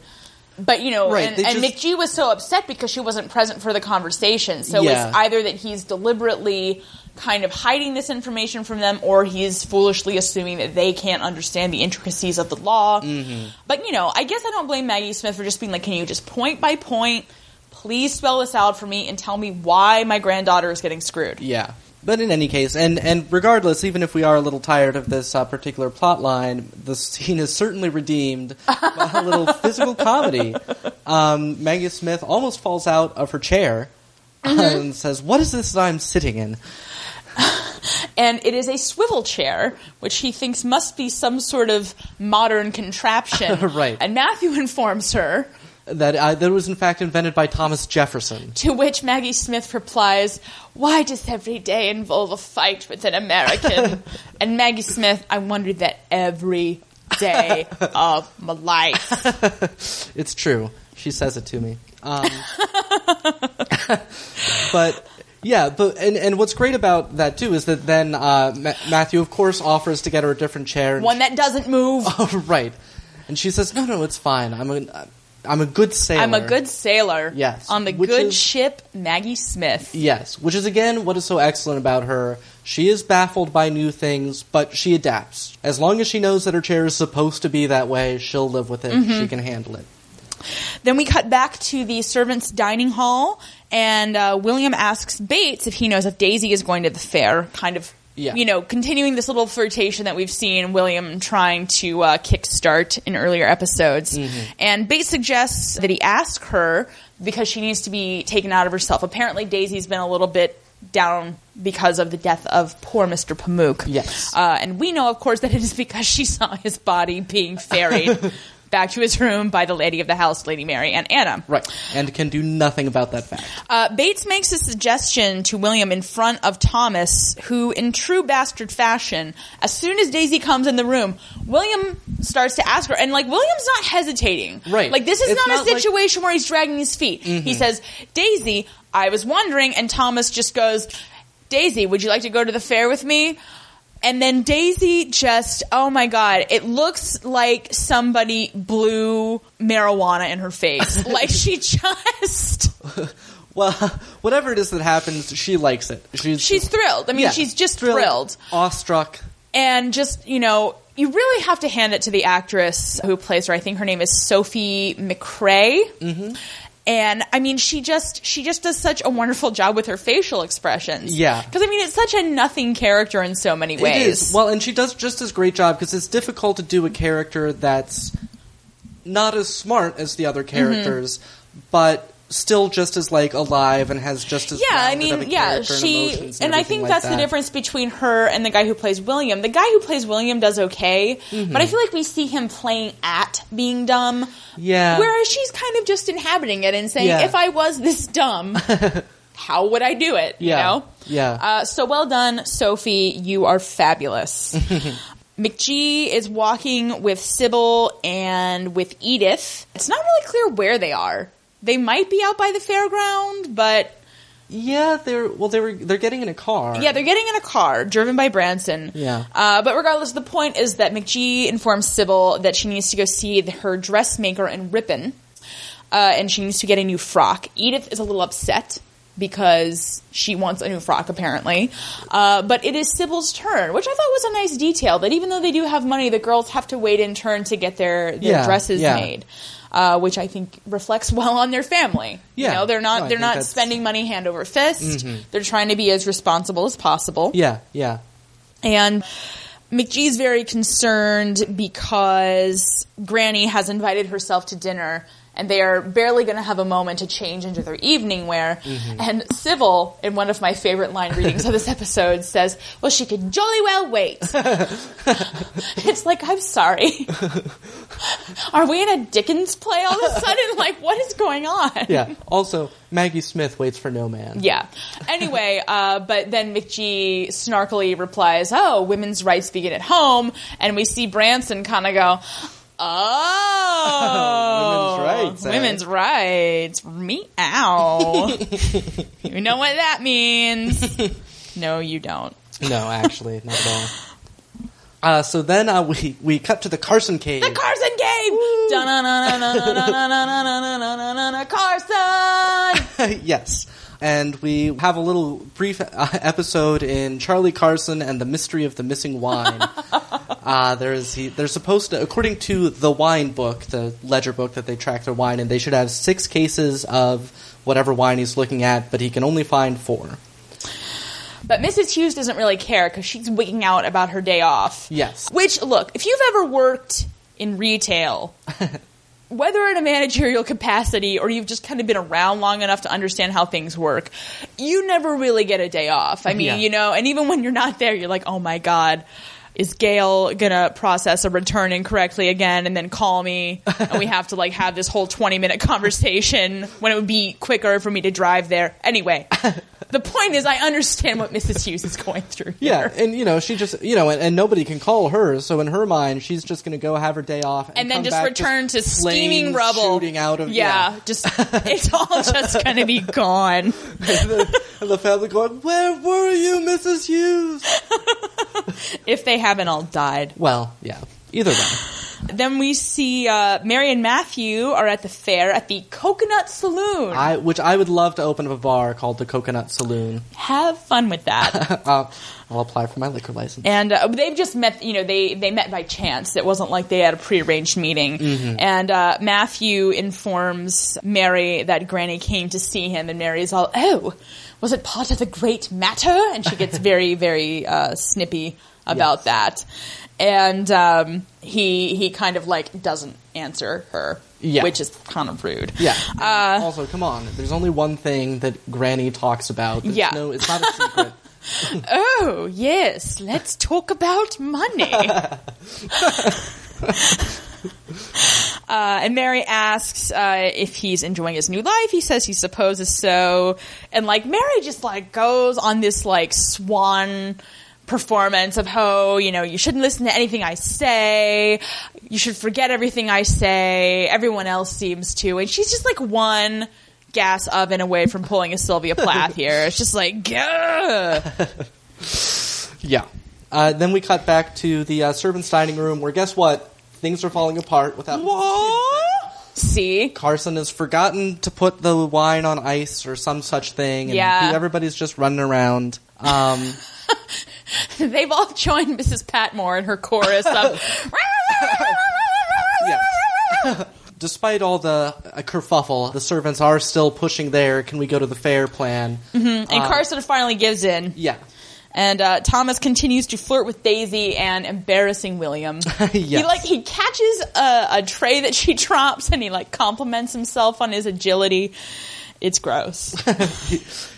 A: But you know,
B: Right,
A: and,
B: they
A: and
B: just-
A: McGee was so upset because she wasn't present for the conversation. So
B: Yeah.
A: it's either that he's deliberately kind of hiding this information from them, or he's foolishly assuming that they can't understand the intricacies of the law.
B: Mm-hmm.
A: But you know, I guess I don't blame Maggie Smith for just being like, "Can you just point by point, please spell this out for me and tell me why my granddaughter is getting screwed?"
B: Yeah. But in any case, and, and regardless, even if we are a little tired of this uh, particular plot line, the scene is certainly redeemed by a little physical comedy. Um, Maggie Smith almost falls out of her chair
A: Mm-hmm.
B: and says, What is this that I'm sitting in?
A: and it is a swivel chair, which he thinks must be some sort of modern contraption.
B: Right.
A: And Matthew informs her,
B: That, uh, that was in fact invented by Thomas Jefferson.
A: to which Maggie Smith replies, Why does every day involve a fight with an American? and Maggie Smith, I wondered that every day of my life.
B: It's true. She says it to me. Um, but yeah, but and, and what's great about that too is that then uh, Ma- Matthew, of course, offers to get her a different chair. And
A: One that doesn't move.
B: Oh, right. And she says, "No, no, it's fine. I'm a, I'm a good sailor.
A: I'm a good sailor.
B: Yes.
A: On the
B: Which
A: good
B: is-
A: ship, Maggie Smith.
B: Yes, which is again what is so excellent about her. She is baffled by new things, but she adapts.
A: Mm-hmm.
B: As long as she knows that her chair is supposed to be that way, she'll live with it. She can handle it.
A: Then we cut back to the servants' dining hall, and uh, William asks Bates if he knows if Daisy is going to the fair, kind of.
B: Yeah.
A: You know, continuing this little flirtation that we've seen William trying to uh, kickstart in earlier episodes.
B: Mm-hmm.
A: And Bates suggests that he ask her because she needs to be taken out of herself. Apparently, Daisy's been a little bit down because of the death of poor Mr. Pamuk.
B: Yes.
A: Uh, and we know, of course, that it is because she saw his body being ferried back to his room by the lady of the house, Lady Mary, and Anna.
B: Right. And can do nothing about that fact.
A: Uh, Bates makes a suggestion to William in front of Thomas, who, in true bastard fashion, as soon as Daisy comes in the room, William starts to ask her, and like William's not hesitating.
B: Right.
A: Like this is not,
B: It's not
A: a
B: like- Mm-hmm.
A: situation where he's dragging his feet. He says, "Daisy, I was wondering," and Thomas just goes, "Daisy, would you like to go to the fair with me?" And then Daisy just, oh my god, it looks like somebody blew marijuana in her face. like she just.
B: Well, whatever it is that happens, she likes it. She's
A: she's thrilled. I mean,
B: yeah,
A: she's just thrilled.
B: awestruck.
A: And just, you know, you really have to hand it to the actress who plays her. I think her name is Sophie McCrae. Mm-hmm. And I mean, she just she just does such a wonderful job with her facial expressions.
B: Yeah.
A: because I mean, it's such a nothing character in so many ways.
B: It is. Well, and she does just as great job because it's difficult to do a character that's not as smart as the other
A: Mm-hmm.
B: characters, but still just as like alive and has just as
A: yeah, I
B: rounded of a
A: mean, yeah,
B: character
A: she
B: and,
A: and,
B: emotions
A: I
B: everything
A: think
B: like
A: that's the
B: that.
A: difference between her and the guy who plays William. The guy who plays William does okay, but
B: Mm-hmm.
A: I feel like we see him playing at being dumb.
B: Yeah.
A: Whereas she's kind of just inhabiting it and saying,
B: Yeah.
A: if I was this dumb, how would I do it?
B: Yeah.
A: You know?
B: Yeah.
A: Uh, so well done, Sophie. You are fabulous. McGee is walking with Sybil and with Edith. It's not really clear where they are. They might be out by the fairground, but
B: Yeah, they're well, they were they're getting in a car.
A: yeah, they're getting in a car driven by Branson.
B: Yeah.
A: Uh, but regardless, the point is that McGee informs Sybil that she needs to go see th- her dressmaker in Ripon, uh, and she needs to get a new frock. Edith is a little upset because she wants a new frock, apparently. Uh, but it is Sybil's turn, which I thought was a nice detail that even though they do have money, the girls have to wait in turn to get their, their
B: Yeah,
A: dresses
B: yeah.
A: made. Uh, which I think reflects well on their family.
B: Yeah.
A: You know, they're
B: No,
A: not
B: I
A: they're
B: think
A: not
B: that's-
A: spending money hand over fist. They're trying to be as responsible as possible.
B: yeah, yeah.
A: And McGee's very concerned because Granny has invited herself to dinner and they are barely going to have a moment to change into their evening wear. And Sybil, in one of my favorite line readings of this episode, says, Well, she could jolly well wait. it's like, I'm sorry. are we in a Dickens play all of a sudden? Like, what is going on?
B: Yeah. Also, Maggie Smith waits for no man.
A: Yeah. Anyway, uh, but then McGee snarkily replies, "Oh, women's rights begin at home," and we see Branson kind of go, "Oh,
B: Women's rights, eh?"
A: women's rights, meow." you know what that means? no, you don't.
B: No, actually, not at all. Uh, so then uh, we we cut to the Carson cave.
A: The Carson game. Da-na-na-na-na-na-na-na-na-na-na-na-na-na-na, Carson.
B: yes. And we have a little brief uh, episode in Charlie Carson and the mystery of the missing wine. uh, there's he, they're supposed to, according to the wine book, the ledger book that they track their wine, and they should have six cases of whatever wine he's looking at, but he can only find four.
A: But Mrs. Hughes doesn't really care because she's wigging out about her day off.
B: Yes.
A: Which, look, if you've ever worked in retail, whether in a managerial capacity or you've just kind of been around long enough to understand how things work, you never really get a day off. I mean,
B: Yeah.
A: you know, and even when you're not there, you're like, oh my God. Is Gail gonna process a return incorrectly again and then call me and we have to like have this whole 20 minute conversation when it would be quicker for me to drive there? Anyway, the point is I understand what Mrs. Hughes is going through
B: Yeah,
A: here.
B: and you know she just you know, and, and nobody can call her. So in her mind, she's just going to go have her day off, and,
A: and then
B: come
A: just
B: back
A: return to steaming
B: flames
A: rubble
B: shooting out of
A: yeah, just it's all just gonna be gone
B: and, the, and the family going, "Where were you, Mrs. Hughes?"
A: if they haven't all died
B: Well, yeah. Either way,
A: then we see uh, Mary and Matthew are at the fair at the Coconut Saloon.
B: I, which I would love to open up a bar called the Coconut Saloon.
A: Have fun with that.
B: uh, I'll apply for my liquor license.
A: and uh, they've just met. You know, they they met by chance. It wasn't like they had a prearranged meeting.
B: Mm-hmm.
A: And uh, Matthew informs Mary that Granny came to see him, and Mary's all, "Oh, was it part of the great matter?" And she gets very very uh, snippy about that. And um, he he kind of like doesn't answer her,
B: Yeah.
A: which is kind of rude.
B: Yeah.
A: Uh,
B: And also, come on. There's only one thing that Granny talks about. There's
A: Yeah.
B: No, it's not a secret.
A: Oh, yes, let's talk about money. uh, Uh, and Mary asks uh, if he's enjoying his new life. He says he supposes so. And like Mary just like goes on this like swan performance of how, you know, you shouldn't listen to anything I say. You should forget everything I say. Everyone else seems to. And she's just like one gas oven away from pulling a Sylvia Plath here. It's just like, gah.
B: yeah. Uh, then we cut back to the uh, servants' dining room, where guess what? Things are falling apart without.
A: See?
B: Carson has forgotten to put the wine on ice or some such thing, and
A: Yeah.
B: everybody's just running around. Um,
A: They've all joined Mrs. Patmore in her chorus of.
B: yes. Despite all the uh, kerfuffle, the servants are still pushing their "Can we go to the fair?" plan.
A: and
B: Uh.
A: Carson finally gives in.
B: Yeah,
A: And uh, Thomas continues to flirt with Daisy and embarrassing William. He like he catches a, a tray that she drops and he like compliments himself on his agility. It's gross.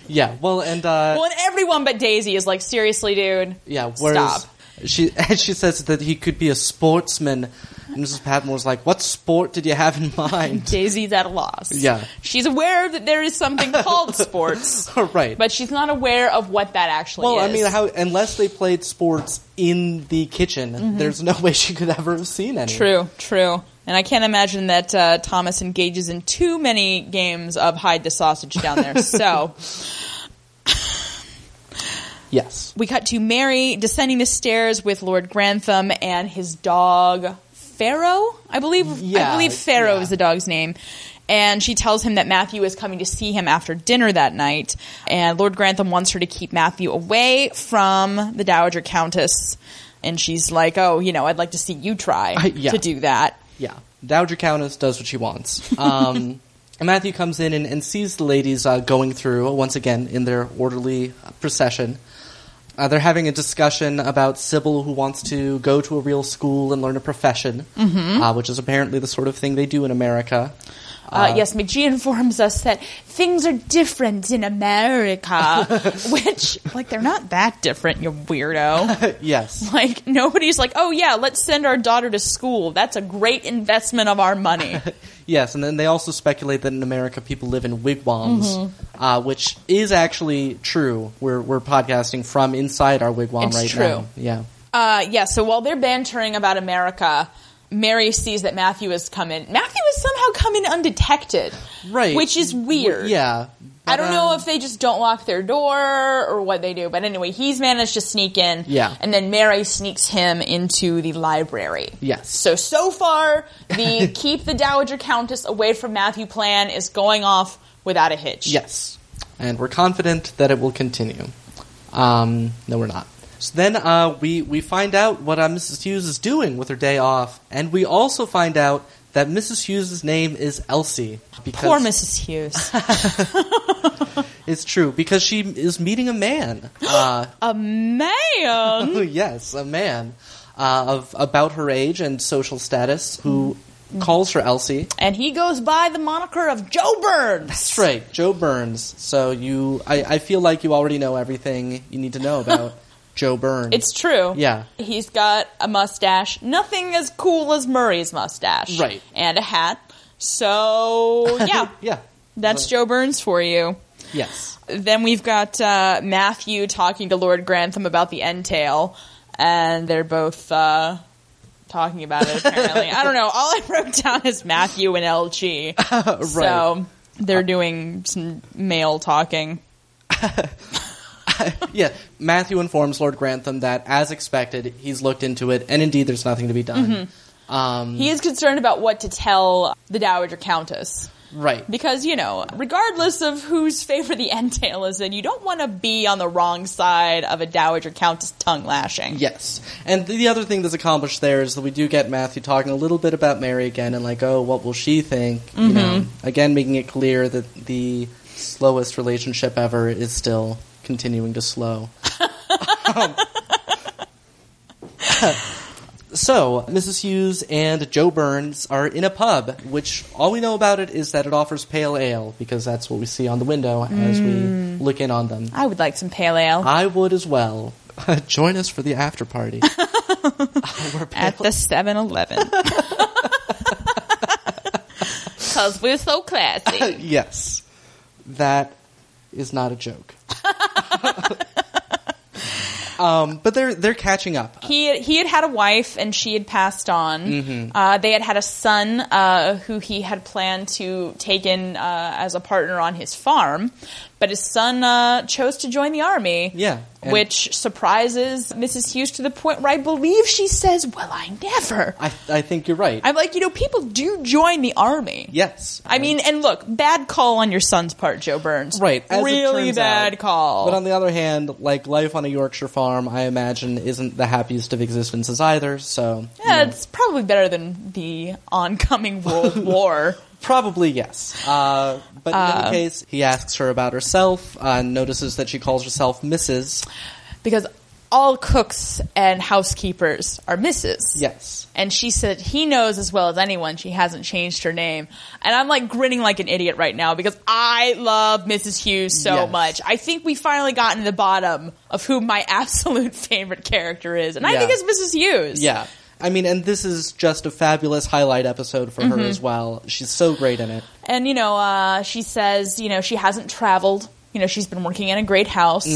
B: yeah. Well, and uh,
A: well, and everyone but Daisy is like, seriously, dude.
B: yeah. Whereas
A: stop.
B: she and she says that he could be a sportsman, and Mrs. Patmore's like, "What sport did you have in mind?"
A: Daisy's at a loss.
B: Yeah.
A: She's aware that there is something called sports,
B: right.
A: but she's not aware of what that actually
B: well,
A: is.
B: I mean, how unless they played sports in the kitchen, there's no way she could ever have seen any.
A: Mm-hmm. True, true. And I can't imagine that uh, Thomas engages in too many games of hide the sausage down there. so
B: Yes.
A: we cut to Mary descending the stairs with Lord Grantham and his dog Pharaoh. I believe. I
B: Yeah,
A: believe Pharaoh
B: yeah.
A: is the dog's name. And she tells him that Matthew is coming to see him after dinner that night. And Lord Grantham wants her to keep Matthew away from the Dowager Countess. And she's like, "Oh, you know, I'd like to see you try
B: yeah.
A: to do that."
B: Yeah. Dowager Countess does what she wants. Um, and Matthew comes in and, and sees the ladies uh, going through, once again, in their orderly uh, procession. Uh, they're having a discussion about Sybil, who wants to go to a real school and learn a profession,
A: Mm-hmm.
B: uh, which is apparently the sort of thing they do in America.
A: Uh, yes, McGee informs us that things are different in America, which, like, they're not that different, you weirdo.
B: yes.
A: Like, nobody's like, oh, yeah, let's send our daughter to school. That's a great investment of our money.
B: Yes, and then they also speculate that in America people live in wigwams,
A: Mm-hmm.
B: uh, which is actually true. We're, we're podcasting from inside our wigwam
A: It's
B: right
A: true.
B: now. Yeah.
A: Uh, yeah, so while they're bantering about America, Mary sees that Matthew has come in. Matthew has somehow come in undetected.
B: Right.
A: Which is weird.
B: Yeah.
A: I don't
B: But,
A: know
B: um,
A: if they just don't lock their door or what they do, but anyway, he's managed to sneak in.
B: Yeah.
A: And then Mary sneaks him into the library.
B: Yes.
A: So, so far, the keep the Dowager Countess away from Matthew plan is going off without a hitch.
B: Yes. And we're confident that it will continue. Um, no, we're not. So then uh, we, we find out what uh, Mrs. Hughes is doing with her day off, and we also find out that Mrs. Hughes' name is Elsie. Because
A: Poor Mrs. Hughes.
B: It's true, because she is meeting a man. Uh,
A: a man!
B: yes, a man uh, of about her age and social status who
A: Mm.
B: calls her Elsie.
A: And he goes by the moniker of Joe Burns.
B: That's right, Joe Burns. So you, I, I feel like you already know everything you need to know about Joe Burns.
A: It's true.
B: Yeah.
A: He's got a mustache. Nothing as cool as Murray's mustache.
B: Right.
A: And a hat. So, yeah.
B: yeah,
A: That's Joe Burns for you.
B: yes,
A: Then we've got uh, Matthew talking to Lord Grantham about the entail, and they're both uh, talking about it, apparently. I don't know. All I wrote down is Matthew and LG. So they're doing some male talking.
B: yeah. Matthew informs Lord Grantham that, as expected, he's looked into it, and indeed, there's nothing to be done. Um,
A: He is concerned about what to tell the Dowager Countess.
B: right.
A: Because, you know, regardless of whose favor the entail is in, you don't want to be on the wrong side of a Dowager Countess tongue lashing.
B: Yes. And the other thing that's accomplished there is that we do get Matthew talking a little bit about Mary again and like, oh, what will she think? You know, again making it clear that the slowest relationship ever is still continuing to slow. Um, so, Mrs. Hughes and Joe Burns are in a pub, which all we know about it is that it offers pale ale because that's what we see on the window as we look in on them.
A: I would like some pale ale
B: I would as well. Join us for the after party. We're
A: at
B: pale-
A: the 7 Eleven. Because we're so classy.
B: yes, that is not a joke. um, but they're they're catching up.
A: He, he had had a wife and she had passed on. Uh, they had had a son uh, who he had planned to take in uh, as a partner on his farm, but his son uh, chose to join the army.
B: Yeah, and
A: which surprises Mrs. Hughes to the point where I believe she says, "Well, I never."
B: I I think you're right.
A: I'm like, you know, people do join the army.
B: yes,
A: I mean, and look, bad call on your son's part, Joe Burns.
B: Right, as it
A: really
B: turns
A: bad
B: out.
A: call.
B: But on the other hand, like life on a Yorkshire farm, I imagine isn't the happiest of existences either. So you
A: yeah,
B: know,
A: it's probably better than the oncoming World War.
B: Probably yes. Uh, but in any case, he asks her about herself, uh, notices that she calls herself Mrs.
A: because all cooks and housekeepers are misses.
B: Yes.
A: And she said he knows as well as anyone she hasn't changed her name. And I'm like grinning like an idiot right now because I love Mrs. Hughes so
B: Yes.
A: much. I think we finally gotten to the bottom of who my absolute favorite character is. And I
B: Yeah.
A: think it's Mrs. Hughes.
B: Yeah. I mean, and this is just a fabulous highlight episode for her as well. She's so great in it.
A: And, you know, uh, she says, you know, she hasn't traveled. You know, she's been working in a great house.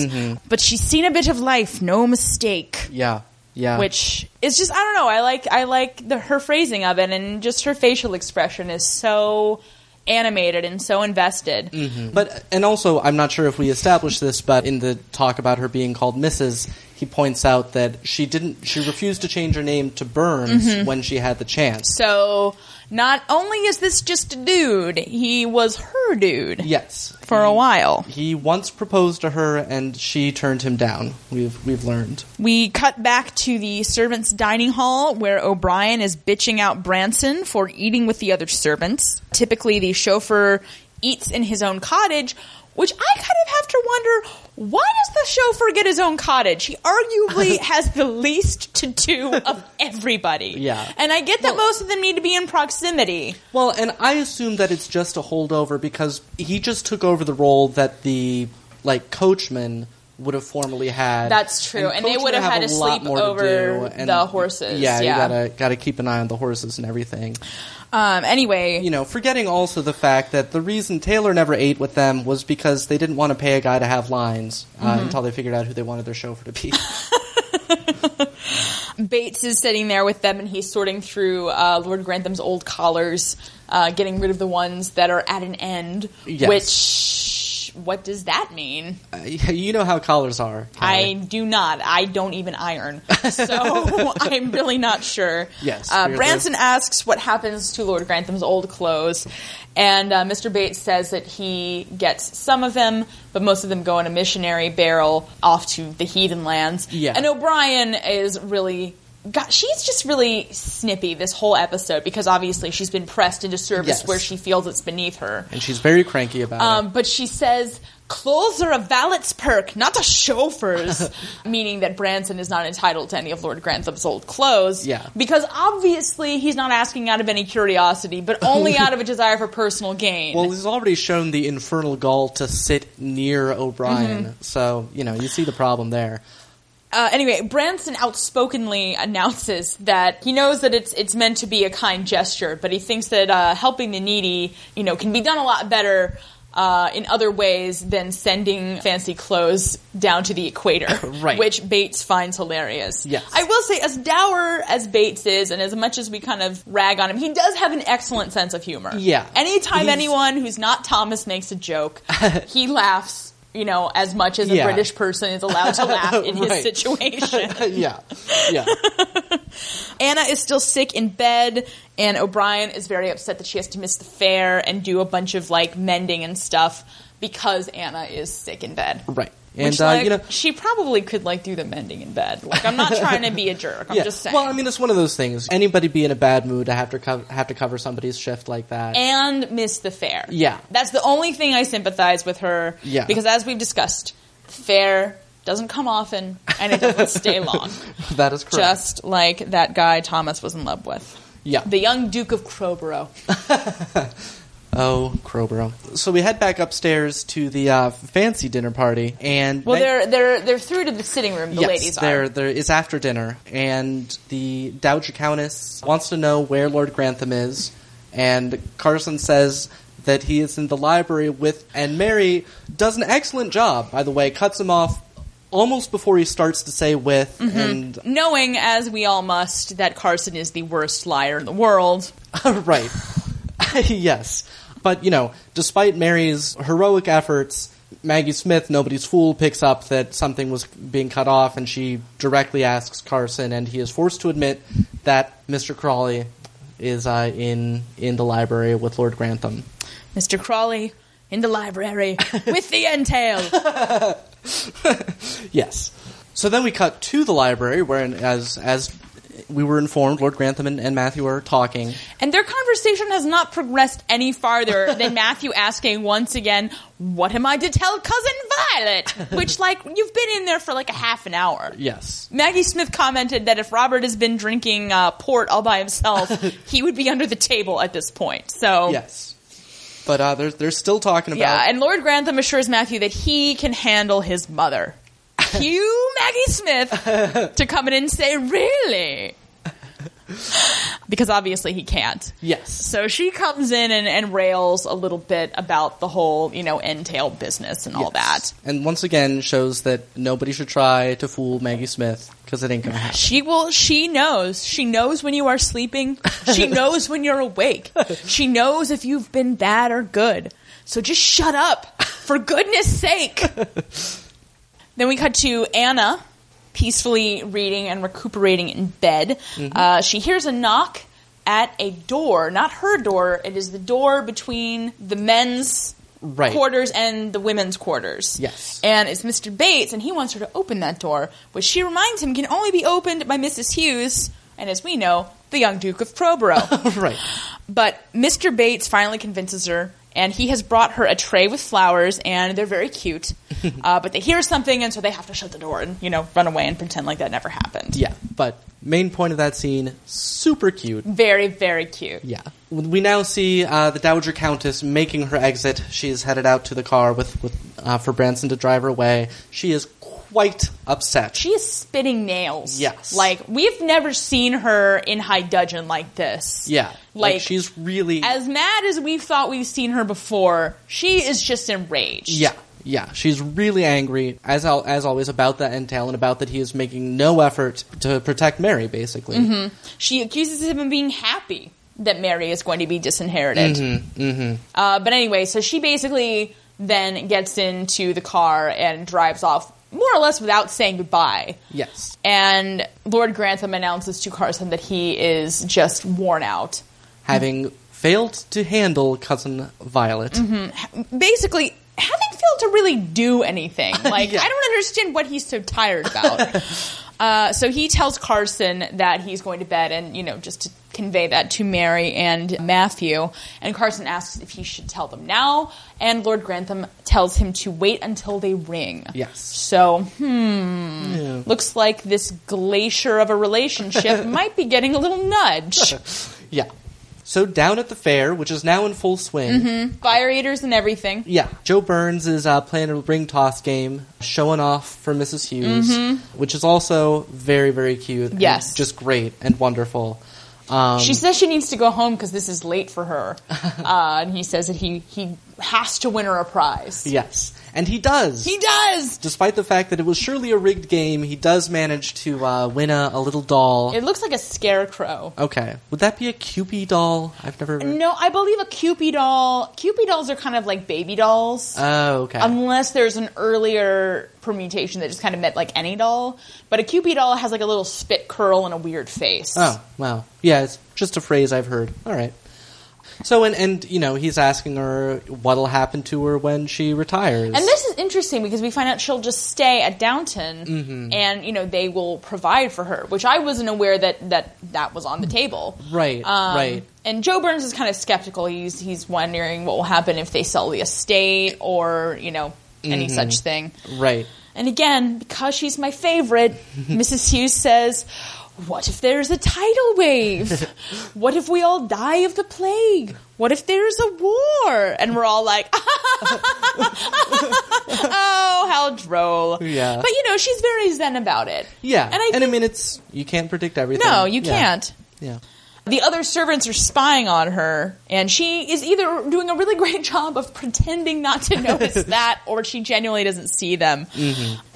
A: But she's seen a bit of life, no mistake.
B: Yeah. Yeah.
A: which is just I don't know. I like I like the her phrasing of it and just her facial expression is so animated and so invested.
B: Mm-hmm. Mm. But and also, I'm not sure if we established this, but in the talk about her being called Mrs., he points out that she didn't. She refused to change her name to Burns when she had the chance.
A: So not only is this just a dude, he was her dude
B: Yes.
A: for a while.
B: He once proposed to her, and she turned him down. We've we've learned.
A: We cut back to the servants' dining hall where O'Brien is bitching out Branson for eating with the other servants. Typically, the chauffeur eats in his own cottage, which I kind of have to wonder why does the chauffeur get his own cottage? He arguably has the least to do of everybody.
B: Yeah.
A: And I get that most of them need to be in proximity.
B: Well, and I assume that it's just a holdover because he just took over the role that the like coachman would have formerly had.
A: That's true, and they
B: coachmen
A: would have had
B: a
A: to
B: lot
A: sleep
B: more to
A: over
B: do, and
A: the horses,
B: Yeah,
A: yeah.
B: you gotta gotta keep an eye on the horses and everything.
A: Um, anyway.
B: You know, forgetting also the fact that the reason Taylor never ate with them was because they didn't want to pay a guy to have lines uh,
A: Mm-hmm.
B: until they figured out who they wanted their chauffeur to be.
A: Bates is sitting there with them, and he's sorting through uh, Lord Grantham's old collars, uh, getting rid of the ones that are at an end.
B: Yes.
A: Which, what does that mean?
B: Uh, you know how collars are.
A: I
B: Kelly.
A: do not. I don't even iron, so I'm really not sure.
B: Yes,
A: Uh,
B: we're-
A: Branson asks what happens to Lord Grantham's old clothes, and uh, Mr. Bates says that he gets some of them, but most of them go in a missionary barrel off to the heathen lands.
B: Yeah.
A: And O'Brien is really. God, she's just really snippy this whole episode because obviously she's been pressed into service
B: Yes.
A: where she feels it's beneath her.
B: and she's very cranky about it.
A: Um, but she says, clothes are a valet's perk, not a chauffeur's, meaning that Branson is not entitled to any of Lord Grantham's old clothes.
B: Yeah.
A: Because obviously he's not asking out of any curiosity, but only out of a desire for personal gain.
B: Well, he's already shown the infernal gall to sit near O'Brien,
A: Mm-hmm.
B: so you know you see the problem there.
A: uh, anyway, Branson outspokenly announces that he knows that it's it's meant to be a kind gesture, but he thinks that uh, helping the needy, you know, can be done a lot better uh, in other ways than sending fancy clothes down to the equator,
B: Right.
A: Which Bates finds hilarious.
B: Yes.
A: I will say, as dour as Bates is, and as much as we kind of rag on him, he does have an excellent sense of humor.
B: Yeah.
A: Anytime
B: He's-
A: anyone who's not Thomas makes a joke, he laughs you know, as much as a
B: Yeah.
A: British person is allowed to laugh in his
B: Oh, Right.
A: situation.
B: yeah, yeah.
A: Anna is still sick in bed, and O'Brien is very upset that she has to miss the fair and do a bunch of like mending and stuff because Anna is sick in bed.
B: Right.
A: And
B: And, uh, you know-
A: she probably could like do the mending in bed. Like, I'm not trying to be a jerk. I'm
B: yeah.
A: just saying.
B: Well, I mean, it's one of those things. Anybody be in a bad mood to have to co- have to cover somebody's shift like that.
A: and miss the fair.
B: Yeah.
A: That's the only thing I sympathize with her.
B: Yeah.
A: Because as we've discussed, the fair doesn't come often and it doesn't stay long.
B: that is correct.
A: Just like that guy Thomas was in love with.
B: yeah.
A: The young Duke of Crowborough.
B: oh, Crowborough. So we head back upstairs to the uh, fancy dinner party, and
A: Well,
B: Meg-
A: they're they're they're through to the sitting room. The
B: yes,
A: ladies
B: there
A: are.
B: there is after dinner, and the Dowager Countess wants to know where Lord Grantham is, and Carson says that he is in the library with, and Mary does an excellent job, by the way, cuts him off almost before he starts to say with,
A: Mm-hmm.
B: and
A: Knowing, as we all must, that Carson is the worst liar in the world.
B: right. yes. But, you know, despite Mary's heroic efforts, Maggie Smith, nobody's fool, picks up that something was being cut off and she directly asks Carson, and he is forced to admit that Mr. Crawley is uh, in, in the library with Lord Grantham.
A: Mr. Crawley in the library with the entail.
B: Yes. So then we cut to the library, where, as, as we were informed, Lord Grantham and, and Matthew are talking.
A: And their conversation has not progressed any farther than Matthew asking once again, What am I to tell cousin Violet? Which, like, you've been in there for like a half an hour.
B: Yes.
A: Maggie Smith commented that if Robert has been drinking uh, port all by himself, he would be under the table at this point. So,
B: Yes. But uh, they're, they're still talking about.
A: yeah. And Lord Grantham assures Matthew that he can handle his mother. Cue Maggie Smith to come in and say, Really? Because obviously he can't.
B: yes.
A: So she comes in and, and rails a little bit about the whole, you know, entail business and all that.
B: And once again, shows that nobody should try to fool Maggie Smith because it ain't gonna happen.
A: She will, she knows. She knows when you are sleeping. She knows when you're awake. She knows if you've been bad or good. So just shut up, for goodness sake. then we cut to Anna peacefully reading and recuperating in bed.
B: Mm-hmm.
A: Uh, she hears a knock at a door, not her door, it is the door between the men's
B: Right.
A: quarters and the women's quarters.
B: Yes.
A: And it's Mr. Bates, and he wants her to open that door, which she reminds him can only be opened by Mrs. Hughes, and as we know, the young Duke of Crowborough.
B: right.
A: but Mr. Bates finally convinces her, and he has brought her a tray with flowers, and they're very cute. uh, but they hear something, and so they have to shut the door and, you know, run away and pretend like that never happened.
B: Yeah. But main point of that scene, super cute.
A: Very, very cute.
B: Yeah. We now see uh, the Dowager Countess making her exit. She is headed out to the car with, with uh, for Branson to drive her away. She is quite upset.
A: She is spitting nails.
B: Yes.
A: Like, we've never seen her in high dudgeon like this.
B: yeah. Like,
A: Like,
B: she's really.
A: as mad as we thought we've seen her before, she is just enraged.
B: Yeah, yeah, she's really angry as al- as always about that entail and about that he is making no effort to protect Mary, basically.
A: Mm-hmm. She accuses him of being happy that Mary is going to be disinherited.
B: Mm-hmm,
A: Uh, but anyway, so she basically then gets into the car and drives off more or less without saying goodbye.
B: Yes.
A: And Lord Grantham announces to Carson that he is just worn out.
B: having failed to handle cousin Violet.
A: Mm-hmm. basically having failed to really do anything. Like
B: Yeah.
A: I don't understand what he's so tired about. uh, so he tells Carson that he's going to bed, and you know, just to convey that to Mary and Matthew. And Carson asks if he should tell them now, and Lord Grantham tells him to wait until they ring.
B: Yes.
A: So hmm, looks like this glacier of a relationship might be getting a little nudge.
B: Yeah. So down at the fair, which is now in full swing.
A: Fire eaters and everything.
B: Yeah, Joe Burns is uh, playing a ring toss game, showing off for Mrs. Hughes, which is also very, very cute. and
A: Mm-hmm. Yes.
B: just great and wonderful. Um,
A: She says she needs to go home because this is late for her. Uh, and he says that he, he has to win her a prize.
B: yes, and he does.
A: He does.
B: Despite the fact that it was surely a rigged game, he does manage to uh, win a, a little doll.
A: It looks like a scarecrow.
B: okay, would that be a Cupid doll? I've never.
A: No, I believe a Cupid doll. Cupid dolls are kind of like baby dolls.
B: Oh, okay.
A: Unless there's an earlier permutation that just kind of meant like any doll. But a Cupid doll has like a little spit curl and a weird face.
B: Oh, wow. Yeah, it's just a phrase I've heard. All right. So, and, and you know, he's asking her what'll happen to her when she retires.
A: And this is interesting because we find out she'll just stay at Downton
B: Mm-hmm.
A: and, you know, they will provide for her, which I wasn't aware that that, that was on the table. Um,
B: Right, right.
A: And Joe Burns is kind of skeptical. He's, he's wondering what will happen if they sell the estate or, you know, any
B: Mm-hmm.
A: such thing.
B: Right.
A: And again, because she's my favorite, Mrs. Hughes says, What if there's a tidal wave? What if we all die of the plague? What if there's a war? And we're all like, Oh, how droll.
B: Yeah.
A: But you know, she's very zen about it.
B: Yeah.
A: And I,
B: and I
A: think-
B: mean, it's, you can't predict everything.
A: No, you
B: Yeah.
A: can't.
B: Yeah.
A: The other servants are spying on her, and she is either doing a really great job of pretending not to notice that, or she genuinely doesn't see them.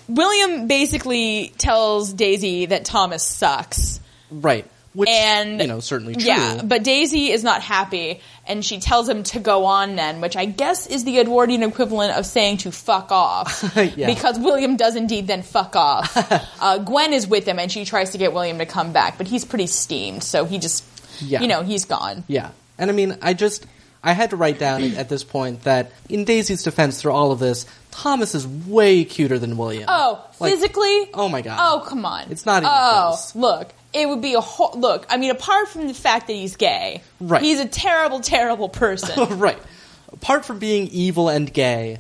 A: William basically tells Daisy that Thomas sucks.
B: Right. Which,
A: And
B: you know, certainly true.
A: Yeah, but Daisy is not happy, and she tells him to go on then, which I guess is the Edwardian equivalent of saying to fuck off,
B: Yeah.
A: because William does indeed then fuck off. uh, Gwen is with him, and she tries to get William to come back, but he's pretty steamed, so he just,
B: Yeah.
A: you know, he's gone.
B: Yeah. And I mean, I just, I had to write down at this point that in Daisy's defense through all of this, Thomas is way cuter than William.
A: Oh,
B: Like,
A: physically?
B: oh my God.
A: Oh, come on.
B: It's not even
A: Oh,
B: close.
A: look. It would be a whole look. I mean, apart from the fact that he's gay,
B: Right.
A: He's a terrible, terrible person.
B: Right. Apart from being evil and gay,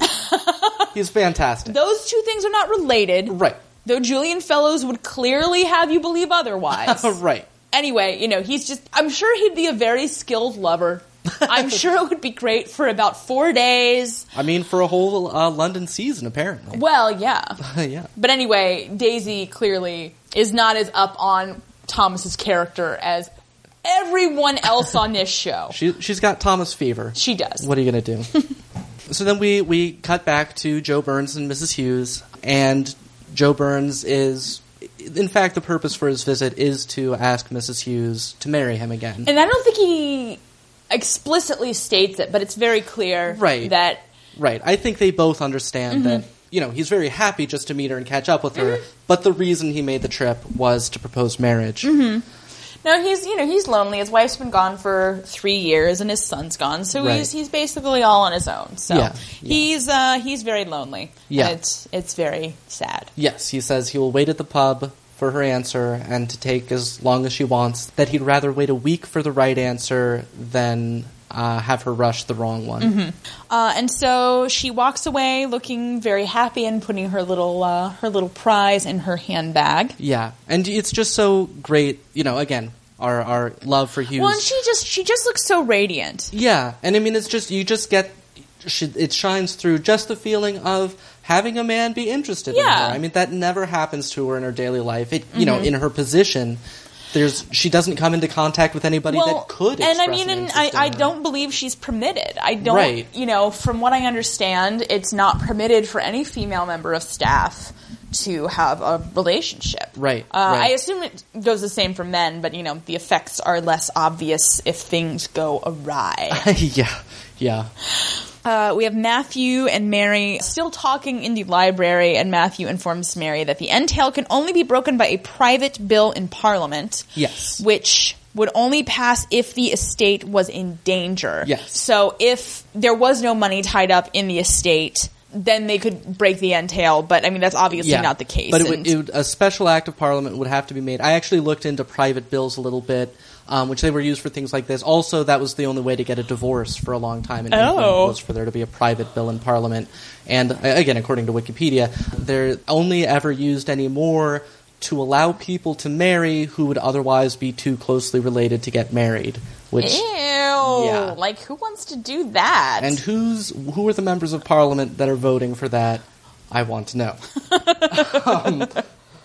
B: he's fantastic.
A: Those two things are not related,
B: Right.
A: Though Julian Fellows would clearly have you believe otherwise.
B: right.
A: Anyway, you know, he's just. I'm sure he'd be a very skilled lover. I'm sure it would be great for about four days.
B: I mean, for a whole uh, London season, apparently.
A: Well, yeah.
B: yeah.
A: But anyway, Daisy clearly is not as up on Thomas's character as everyone else on this show.
B: She, she's got Thomas fever.
A: She does.
B: What are you going to do? so then we, we cut back to Joe Burns and Mrs. Hughes, and Joe Burns is, in fact, the purpose for his visit is to ask Mrs. Hughes to marry him again.
A: And I don't think he explicitly states it, but it's very clear
B: Right.
A: that
B: Right. I think they both understand
A: Mm-hmm.
B: that, you know, he's very happy just to meet her and catch up with her, but the reason he made the trip was to propose marriage.
A: Mm-hmm. no, he's you know he's lonely. His wife's been gone for three years, and his son's gone, so
B: Right.
A: he's he's basically all on his own. So
B: Yeah, yeah.
A: he's uh, he's very lonely. And
B: Yeah.
A: it's it's very sad.
B: Yes, he says he will wait at the pub for her answer and to take as long as she wants, that he'd rather wait a week for the right answer than uh, have her rush the wrong one.
A: Uh, and so she walks away looking very happy and putting her little uh, her little prize in her handbag.
B: Yeah. And it's just so great, you know, again, our, our love for Hughes.
A: Well, and she just she just looks so radiant.
B: Yeah, and I mean, it's just you just get sh- it shines through just the feeling of having a man be interested
A: Yeah. Mm-hmm.
B: in her. I mean, that never happens to her in her daily life. It you know, in her position, there's she doesn't come into contact with anybody that could.
A: and I
B: express
A: mean,
B: an
A: and
B: interest
A: I,
B: in
A: I
B: her.
A: don't believe she's permitted. I don't,
B: Right.
A: you know, from what I understand, it's not permitted for any female member of staff to have a relationship.
B: Right,
A: Uh,
B: right.
A: I assume it goes the same for men, but you know, the effects are less obvious if things go awry.
B: yeah, yeah.
A: Uh, we have Matthew and Mary still talking in the library, and Matthew informs Mary that the entail can only be broken by a private bill in Parliament.
B: Yes.
A: Which would only pass if the estate was in danger.
B: Yes.
A: So if there was no money tied up in the estate, then they could break the entail, but I mean, that's obviously
B: Yeah.
A: not the case.
B: But it would,
A: and-
B: it would, a special act of parliament would have to be made. I actually looked into private bills a little bit, um, which they were used for things like this. Also, that was the only way to get a divorce for a long time in England
A: Oh.
B: was for there to be a private bill in parliament. And uh, again, according to Wikipedia, they're only ever used anymore to allow people to marry who would otherwise be too closely related to get married. Which
A: Ew.
B: Yeah.
A: Like, who wants to do that?
B: and who's who are the members of parliament that are voting for that? I want to know. Um,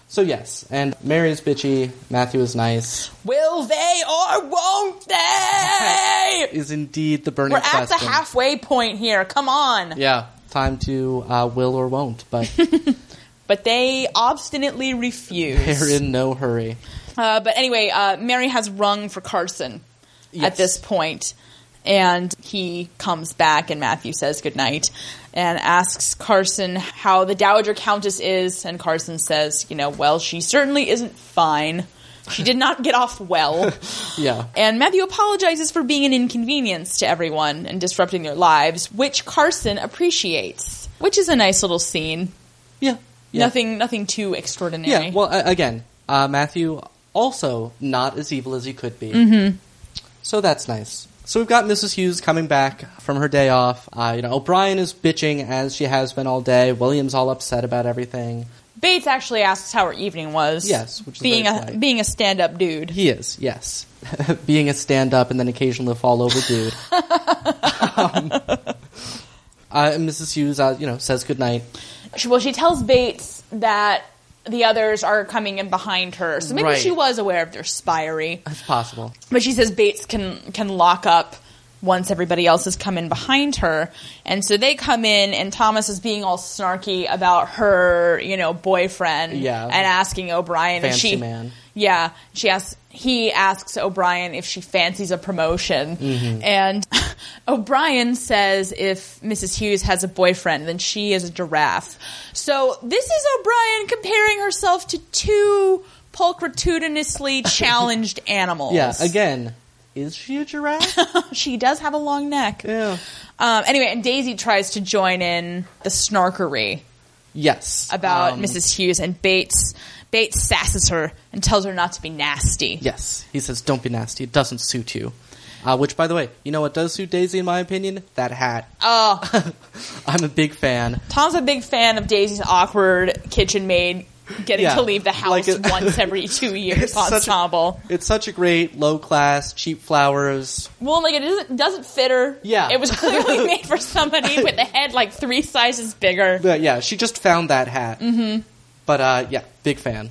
B: so yes, and Mary's bitchy, Matthew is nice,
A: Will they or won't they?
B: is indeed the burning
A: We're at
B: question.
A: the halfway point here. Come on.
B: yeah. time to uh, will or won't, but
A: But they obstinately refuse.
B: they're in no hurry.
A: Uh, but anyway, uh, Mary has rung for Carson
B: Yes.
A: at this point, and he comes back, and Matthew says goodnight and asks Carson how the Dowager Countess is, and Carson says, you know, well, she certainly isn't fine. She did not get off well.
B: Yeah.
A: And Matthew apologizes for being an inconvenience to everyone and disrupting their lives, which Carson appreciates, which is a nice little scene.
B: Yeah. Yeah.
A: Nothing, nothing too extraordinary.
B: Yeah. Well, uh, again, uh, Matthew also not as evil as he could be. So that's nice. So we've got Mrs. Hughes coming back from her day off. Uh, you know, O'Brien is bitching as she has been all day. William's all upset about everything.
A: Bates actually asks how her evening was.
B: Yes, which is
A: being
B: very
A: a
B: polite.
A: being a stand up dude.
B: He is, yes. Being a stand up and then occasionally fall over dude. um, uh, and Mrs. Hughes, uh, you know, says goodnight.
A: She, well, she tells Bates that the others are coming in behind her, so maybe
B: Right.
A: she was aware of their spiery.
B: It's possible.
A: But she says Bates can can lock up once everybody else has come in behind her, and so they come in, and Thomas is being all snarky about her, you know, boyfriend,
B: Yeah.
A: and asking O'Brien
B: Fancy
A: if she,
B: man.
A: yeah, she asks. He asks O'Brien if she fancies a promotion,
B: Mm-hmm.
A: and O'Brien says if Mrs. Hughes has a boyfriend, then she is a giraffe. So this is O'Brien comparing herself to two pulcritudinously challenged animals.
B: Yeah, again, is she a giraffe?
A: She does have a long neck.
B: yeah.
A: Um, anyway, and Daisy tries to join in the snarkery
B: Yes.
A: about
B: Um,
A: Mrs. Hughes, and Bates Bates sasses her and tells her not to be nasty.
B: Yes. He says, don't be nasty. It doesn't suit you. Uh, which, by the way, you know what does suit Daisy, in my opinion? That hat.
A: Oh,
B: I'm a big fan.
A: Tom's a big fan of Daisy's awkward kitchen maid getting
B: Yeah,
A: to leave the house
B: like it-
A: once every two years
B: such a-
A: ensemble.
B: It's such a great, low class, cheap flowers.
A: well, like it doesn't doesn't fit her.
B: Yeah.
A: it was clearly made for somebody with a head like three sizes bigger.
B: But yeah, she just found that hat. Mm-hmm. But uh, yeah, big fan.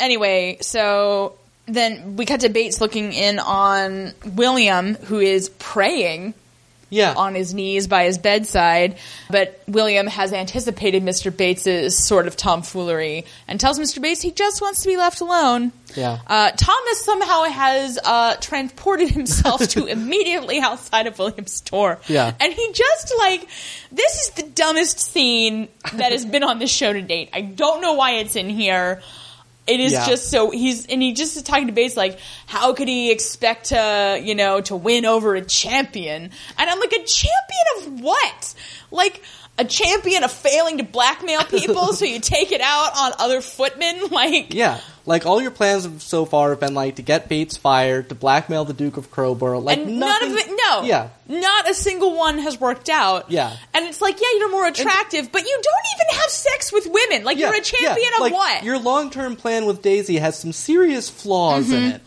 A: anyway, so then we cut to Bates looking in on William, who is praying
B: Yeah.
A: on his knees by his bedside. But William has anticipated Mr. Bates's sort of tomfoolery and tells Mr. Bates he just wants to be left alone.
B: Yeah.
A: Uh, Thomas somehow has uh, transported himself to immediately outside of William's door.
B: Yeah.
A: And he just like this is the dumbest scene that has been on this show to date. I don't know why it's in here. It is
B: Yeah.
A: just so he's and he just is talking to Bates like how could he expect to you know to win over a champion and I'm like a champion of what like a champion of failing to blackmail people so you take it out on other footmen like
B: yeah. Like all your plans have- so far have been like to get Bates fired, to blackmail the Duke of Crowborough. Like
A: and
B: nothing,
A: none of it no
B: Yeah.
A: not a single one has worked out
B: Yeah.
A: and it's like yeah you're more attractive but you don't even have sex with women like
B: Yeah,
A: you're a champion
B: yeah,
A: of
B: like,
A: what
B: Your long term plan with Daisy has some serious flaws
A: Mm-hmm.
B: in it.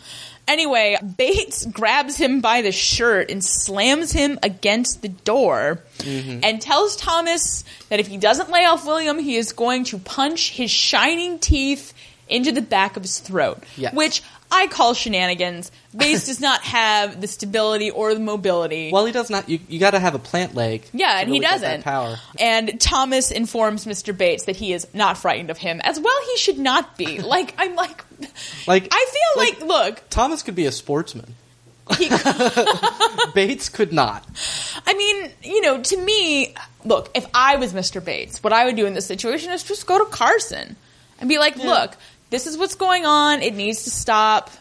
A: Anyway, Bates grabs him by the shirt and slams him against the door
B: Mm-hmm.
A: and tells Thomas that if he doesn't lay off William, he is going to punch his shining teeth into the back of his throat,
B: Yes.
A: which I call shenanigans. Bates does not have the stability or the mobility.
B: Well, he does not. You, you got to have a plant leg.
A: yeah,
B: to
A: and
B: really
A: he
B: get
A: doesn't.
B: that power.
A: And Thomas informs Mr. Bates that he is not frightened of him. As well, he should not be. Like, I'm like,
B: Like
A: I feel
B: like-
A: like look,
B: Thomas could be a sportsman.
A: he,
B: Bates could not.
A: I mean, you know, to me, look, if I was Mr. Bates, what I would do in this situation is just go to Carson and be like, look, this is what's going on. It needs to stop.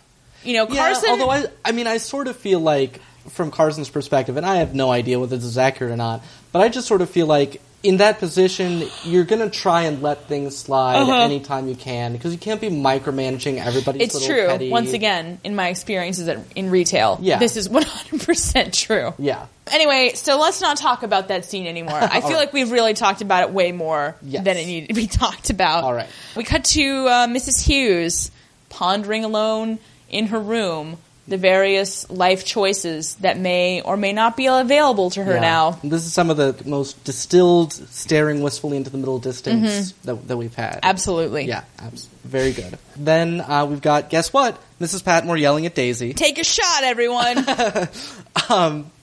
A: You know, Carson.
B: Yeah, although I, I mean, I sort of feel like from Carson's perspective, and I have no idea whether this is accurate or not, but I just sort of feel like in that position, you're going to try and let things slide anytime you can because you can't be micromanaging everybody's
A: Uh-huh. it's
B: little
A: true.
B: petty-
A: Once again, in my experiences at, in retail,
B: Yeah.
A: this is 100% true.
B: Yeah.
A: Anyway, so let's not talk about that scene anymore. I feel
B: right.
A: like we've really talked about it way more
B: Yes.
A: than it needed to be talked about.
B: All right.
A: We cut to uh, Mrs. Hughes pondering alone in her room the various life choices that may or may not be available to her
B: Yeah.
A: now.
B: This is some of the most distilled staring wistfully into the middle distance that, that we've had.
A: Mm-hmm. Absolutely.
B: Yeah, abs- very good. Then uh, we've got, guess what? Mrs. Patmore yelling at Daisy.
A: Take a shot, everyone.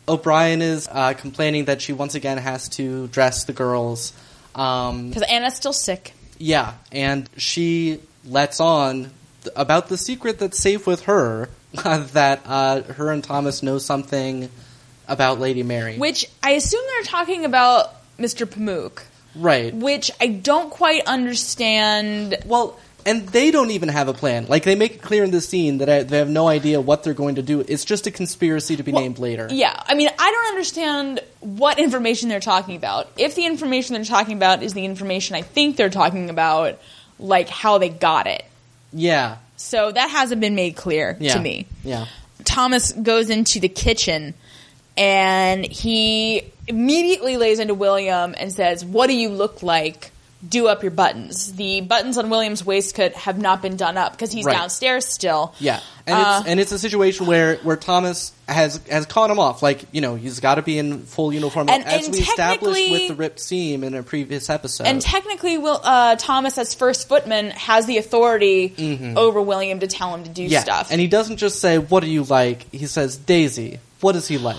B: O'Brien is uh, complaining that she once again has to dress the girls. Um,
A: Because Anna's still sick.
B: yeah, and she lets on th- about the secret that's safe with her that uh, her and Thomas know something about Lady Mary.
A: Which I assume they're talking about Mr. Pamuk,
B: right.
A: which I don't quite understand.
B: Well, and they don't even have a plan. Like they make it clear in the scene that I, they have no idea what they're going to do. It's just a conspiracy to be named later.
A: Yeah, I mean, I don't understand what information they're talking about. If the information they're talking about is the information I think they're talking about, like how they got it.
B: Yeah.
A: So that hasn't been made clear
B: Yeah.
A: to me.
B: Yeah.
A: Thomas goes into the kitchen and he immediately lays into William and says, What do you look like? Do up your buttons. The buttons on William's waistcoat have not been done up because he's
B: Right.
A: downstairs still. Uh,
B: Yeah. And it's and it's a situation where where Thomas has has caught him off. Like you know he's got to be in full uniform
A: And-
B: as
A: and
B: we established
A: technically-
B: with the ripped seam in a previous episode.
A: And technically, Will, uh, Thomas, as first footman, has the authority over William to tell him to do
B: Mm-hmm. yeah.
A: stuff.
B: And he doesn't just say what do you like. He says Daisy. What is he like?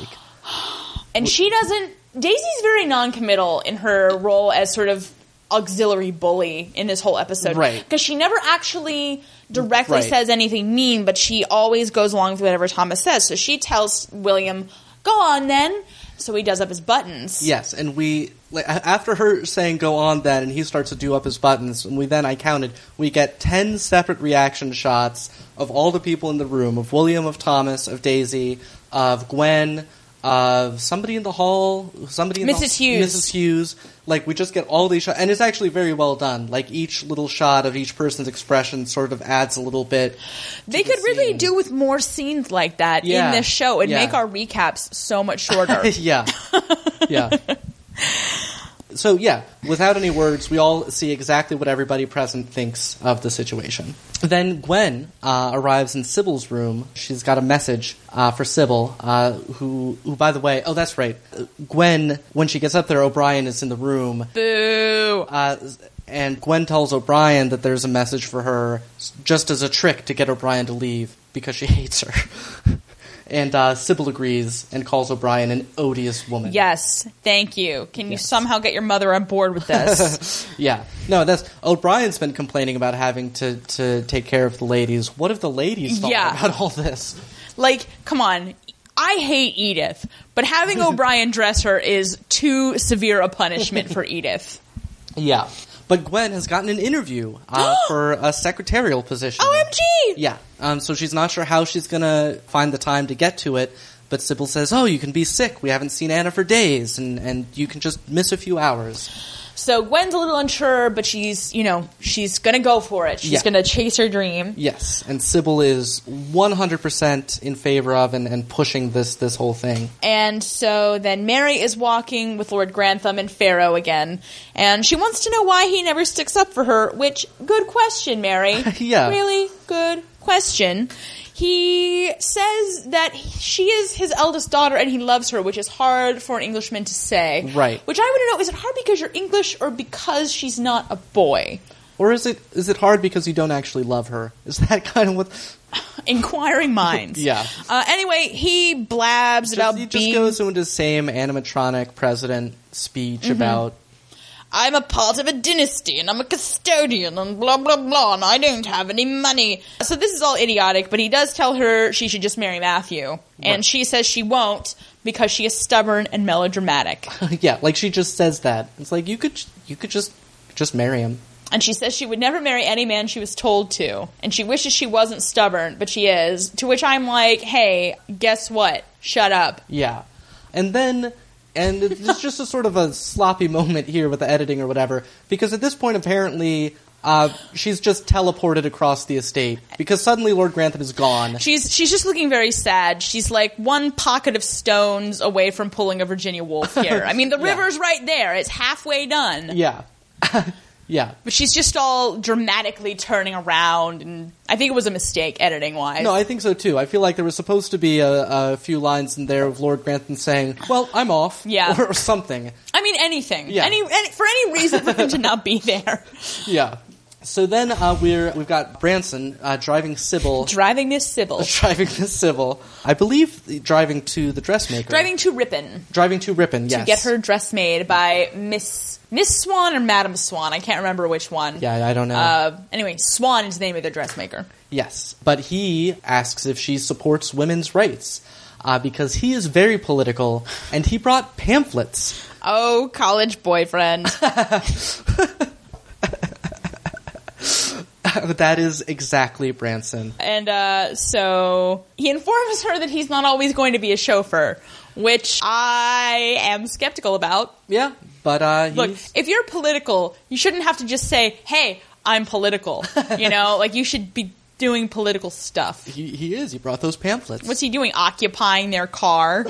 A: And she doesn't. Daisy's very non-committal in her role as sort of auxiliary bully in this whole episode,
B: Right.
A: Because she never actually directly
B: Right.
A: says anything mean, but she always goes along with whatever Thomas says. So she tells William, "Go on, then." So he does up his buttons.
B: Yes, and we like, a- after her saying "go on" then, and he starts to do up his buttons, and we then I counted, we get ten separate reaction shots of all the people in the room, of William, of Thomas, of Daisy, of Gwen, of somebody in the hall, somebody in the-
A: Mrs. Hughes.
B: Mrs. Hughes. Like we just get all these shots, and it's actually very well done. Like each little shot of each person's expression sort of adds a little bit.
A: They
B: to the
A: could really
B: scene.
A: do with more scenes like that
B: Yeah.
A: in this show and
B: Yeah.
A: make our recaps so much shorter.
B: yeah. Yeah. So yeah, without any words, we all see exactly what everybody present thinks of the situation. Then Gwen uh, arrives in Sybil's room. She's got a message uh, for Sybil, uh, who, who, by the way, oh, that's right. Uh, Gwen, when she gets up there, O'Brien is in the room,
A: Boo.
B: uh, and Gwen tells O'Brien that there's a message for her, s- just as a trick to get O'Brien to leave because she hates her. and uh, Sybil agrees and calls O'Brien an odious woman.
A: Yes, thank you. Can you
B: Yes.
A: somehow get your mother on board with this?
B: Yeah. No, that's O'Brien's been complaining about having to to take care of the ladies. What have the ladies thought
A: Yeah.
B: about all this?
A: Like, come on. I hate Edith, but having O'Brien dress her is too severe a punishment for Edith.
B: Yeah. But Gwen has gotten an interview uh, for a secretarial position.
A: OMG!
B: Yeah. Um, so she's not sure how she's gonna find the time to get to it. But Sybil says, "Oh, you can be sick. We haven't seen Anna for days, and and you can just miss a few hours."
A: So Gwen's a little unsure, but she's, you know, she's gonna go for it. She's
B: Yeah.
A: gonna chase her dream.
B: Yes. And Sybil is one hundred percent in favor of and, and pushing this this whole thing.
A: And so then Mary is walking with Lord Grantham and Pharaoh again, and she wants to know why he never sticks up for her, which, good question, Mary.
B: Yeah.
A: Really good question. He says that she is his eldest daughter and he loves her, which is hard for an Englishman to say.
B: Right.
A: Which I want to know is it hard because you're English or because she's not a boy?
B: Or is it is it hard because you don't actually love her? Is that kind of what?
A: Inquiring minds.
B: Yeah.
A: Uh, anyway, he blabs about
B: Just, he just
A: being
B: goes into his same animatronic president speech about
A: I'm a part of a dynasty and I'm a custodian and blah blah blah and I don't have any money. So this is all idiotic, but he does tell her she should just marry Matthew. And she says she won't because she is stubborn and melodramatic.
B: yeah, like she just says that. It's like you could you could just just marry him.
A: and she says she would never marry any man she was told to. And she wishes she wasn't stubborn, but she is. To which I'm like, "Hey, guess what? Shut up."
B: Yeah, and then and it's just a sort of a sloppy moment here with the editing or whatever because at this point apparently. Uh, she's just teleported across the estate because suddenly Lord Grantham is gone.
A: She's she's just looking very sad. She's like one pocket of stones away from pulling a Virginia Woolf here. I mean, the
B: Yeah.
A: river's right there. It's halfway done.
B: Yeah, yeah.
A: But she's just all dramatically turning around, and I think it was a mistake editing wise.
B: No, I think so too. I feel like there was supposed to be a, a few lines in there of Lord Grantham saying, "Well, I'm off,"
A: Yeah.
B: or, something.
A: I mean anything,
B: Yeah.
A: any, any for any reason for him to not be there.
B: Yeah, So then uh, we're we've got Branson uh, driving Sybil,
A: Driving Miss Sybil.
B: driving Miss Sybil. I believe driving to the dressmaker,
A: Driving to Ripon
B: driving to Ripon. Yes,
A: to get her dress made by Miss Miss Swan or Madam Swan. I can't remember which one.
B: Yeah, I don't know.
A: Uh, anyway, Swan is the name of their dressmaker.
B: Yes, but he asks if she supports women's rights uh, because he is very political and he brought pamphlets.
A: Oh, college boyfriend.
B: that is exactly Branson.
A: and uh, so he informs her that he's not always going to be a chauffeur, which I am skeptical about.
B: Yeah, but uh, he's,
A: Look, if you're political, you shouldn't have to just say, hey, I'm political. You know, like you should be doing political stuff.
B: he, he is. He brought those pamphlets.
A: What's he doing? Occupying their car?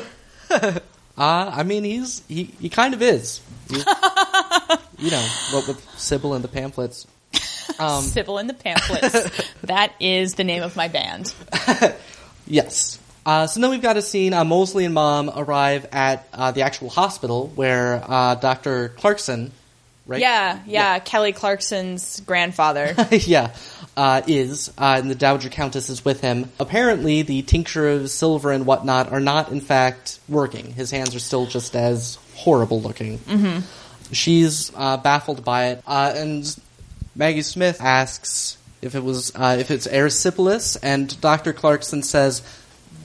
B: Uh, I mean, he's he, he kind of is. He- you know, what with Sybil and the pamphlets. Um,
A: Sybil and the Pamphlets. that is the name of my band.
B: Yes. Uh, so then we've got a scene. Uh, Mosley and Mom arrive at uh, the actual hospital where uh, Dr. Clarkson, right?
A: Yeah, yeah, Kelly Clarkson's grandfather.
B: yeah, uh, is, uh, and the Dowager Countess is with him. Apparently, the tincture of silver and whatnot are not, in fact, working. His hands are still just as horrible looking. Mm-hmm. She's uh, baffled by it, uh, and Maggie Smith asks if it was uh, if it's erysipelas, and Doctor Clarkson says.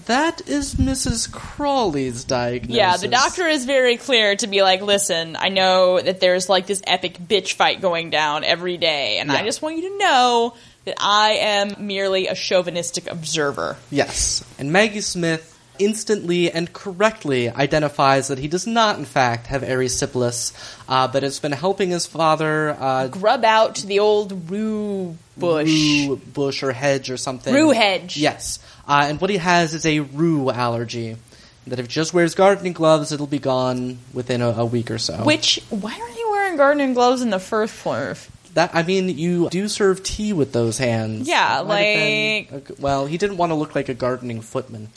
B: That is Mrs. Crawley's diagnosis.
A: yeah, the doctor is very clear to be like, listen, I know that there's like this epic bitch fight going down every day, and
B: Yeah.
A: I just want you to know that I am merely a chauvinistic observer.
B: Yes. And Maggie Smith instantly and correctly identifies that he does not, in fact, have erysipelas, uh, but has been helping his father uh,
A: Grub out the old rue bush.
B: rue bush or hedge or something.
A: Rue hedge.
B: Yes. Uh, and what he has is a rue allergy. That if he just wears gardening gloves, it'll be gone within a, a week or so.
A: Which, why are you wearing gardening gloves in the first place?
B: that I mean, you do serve tea with those hands.
A: Yeah,
B: It might have been a g- well, he didn't want to look like a gardening footman.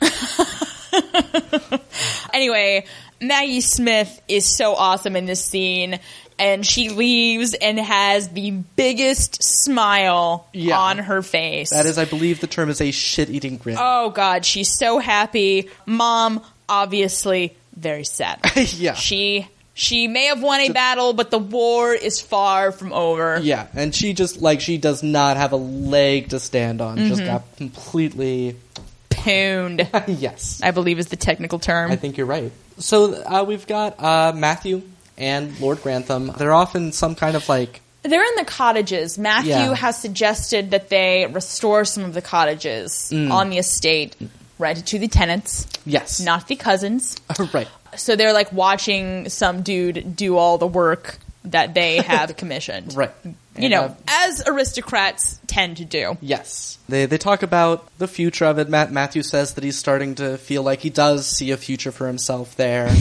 A: Anyway, Maggie Smith is so awesome in this scene, and she leaves and has the biggest smile
B: Yeah.
A: on her face.
B: that is, I believe, the term is a shit-eating grin.
A: Oh God, she's so happy. Mom, obviously, very sad.
B: yeah.
A: She she may have won a battle, but the war is far from over.
B: Yeah, and she just like she does not have a leg to stand on.
A: Mm-hmm.
B: Just got completely
A: Pooned,
B: yes.
A: I believe is the technical term.
B: I think you're right. So uh, we've got uh, Matthew and Lord Grantham. They're off in some kind of like
A: They're in the cottages. Matthew
B: Yeah.
A: has suggested that they restore some of the cottages
B: Mm.
A: on the estate, rented to the tenants,
B: yes,
A: not the cousins.
B: right.
A: So they're like watching some dude do all the work that they have commissioned.
B: Right.
A: You
B: And,
A: know,
B: uh,
A: as aristocrats tend to do.
B: Yes, they they talk about the future of it. Matt Matthew says that he's starting to feel like he does see a future for himself there,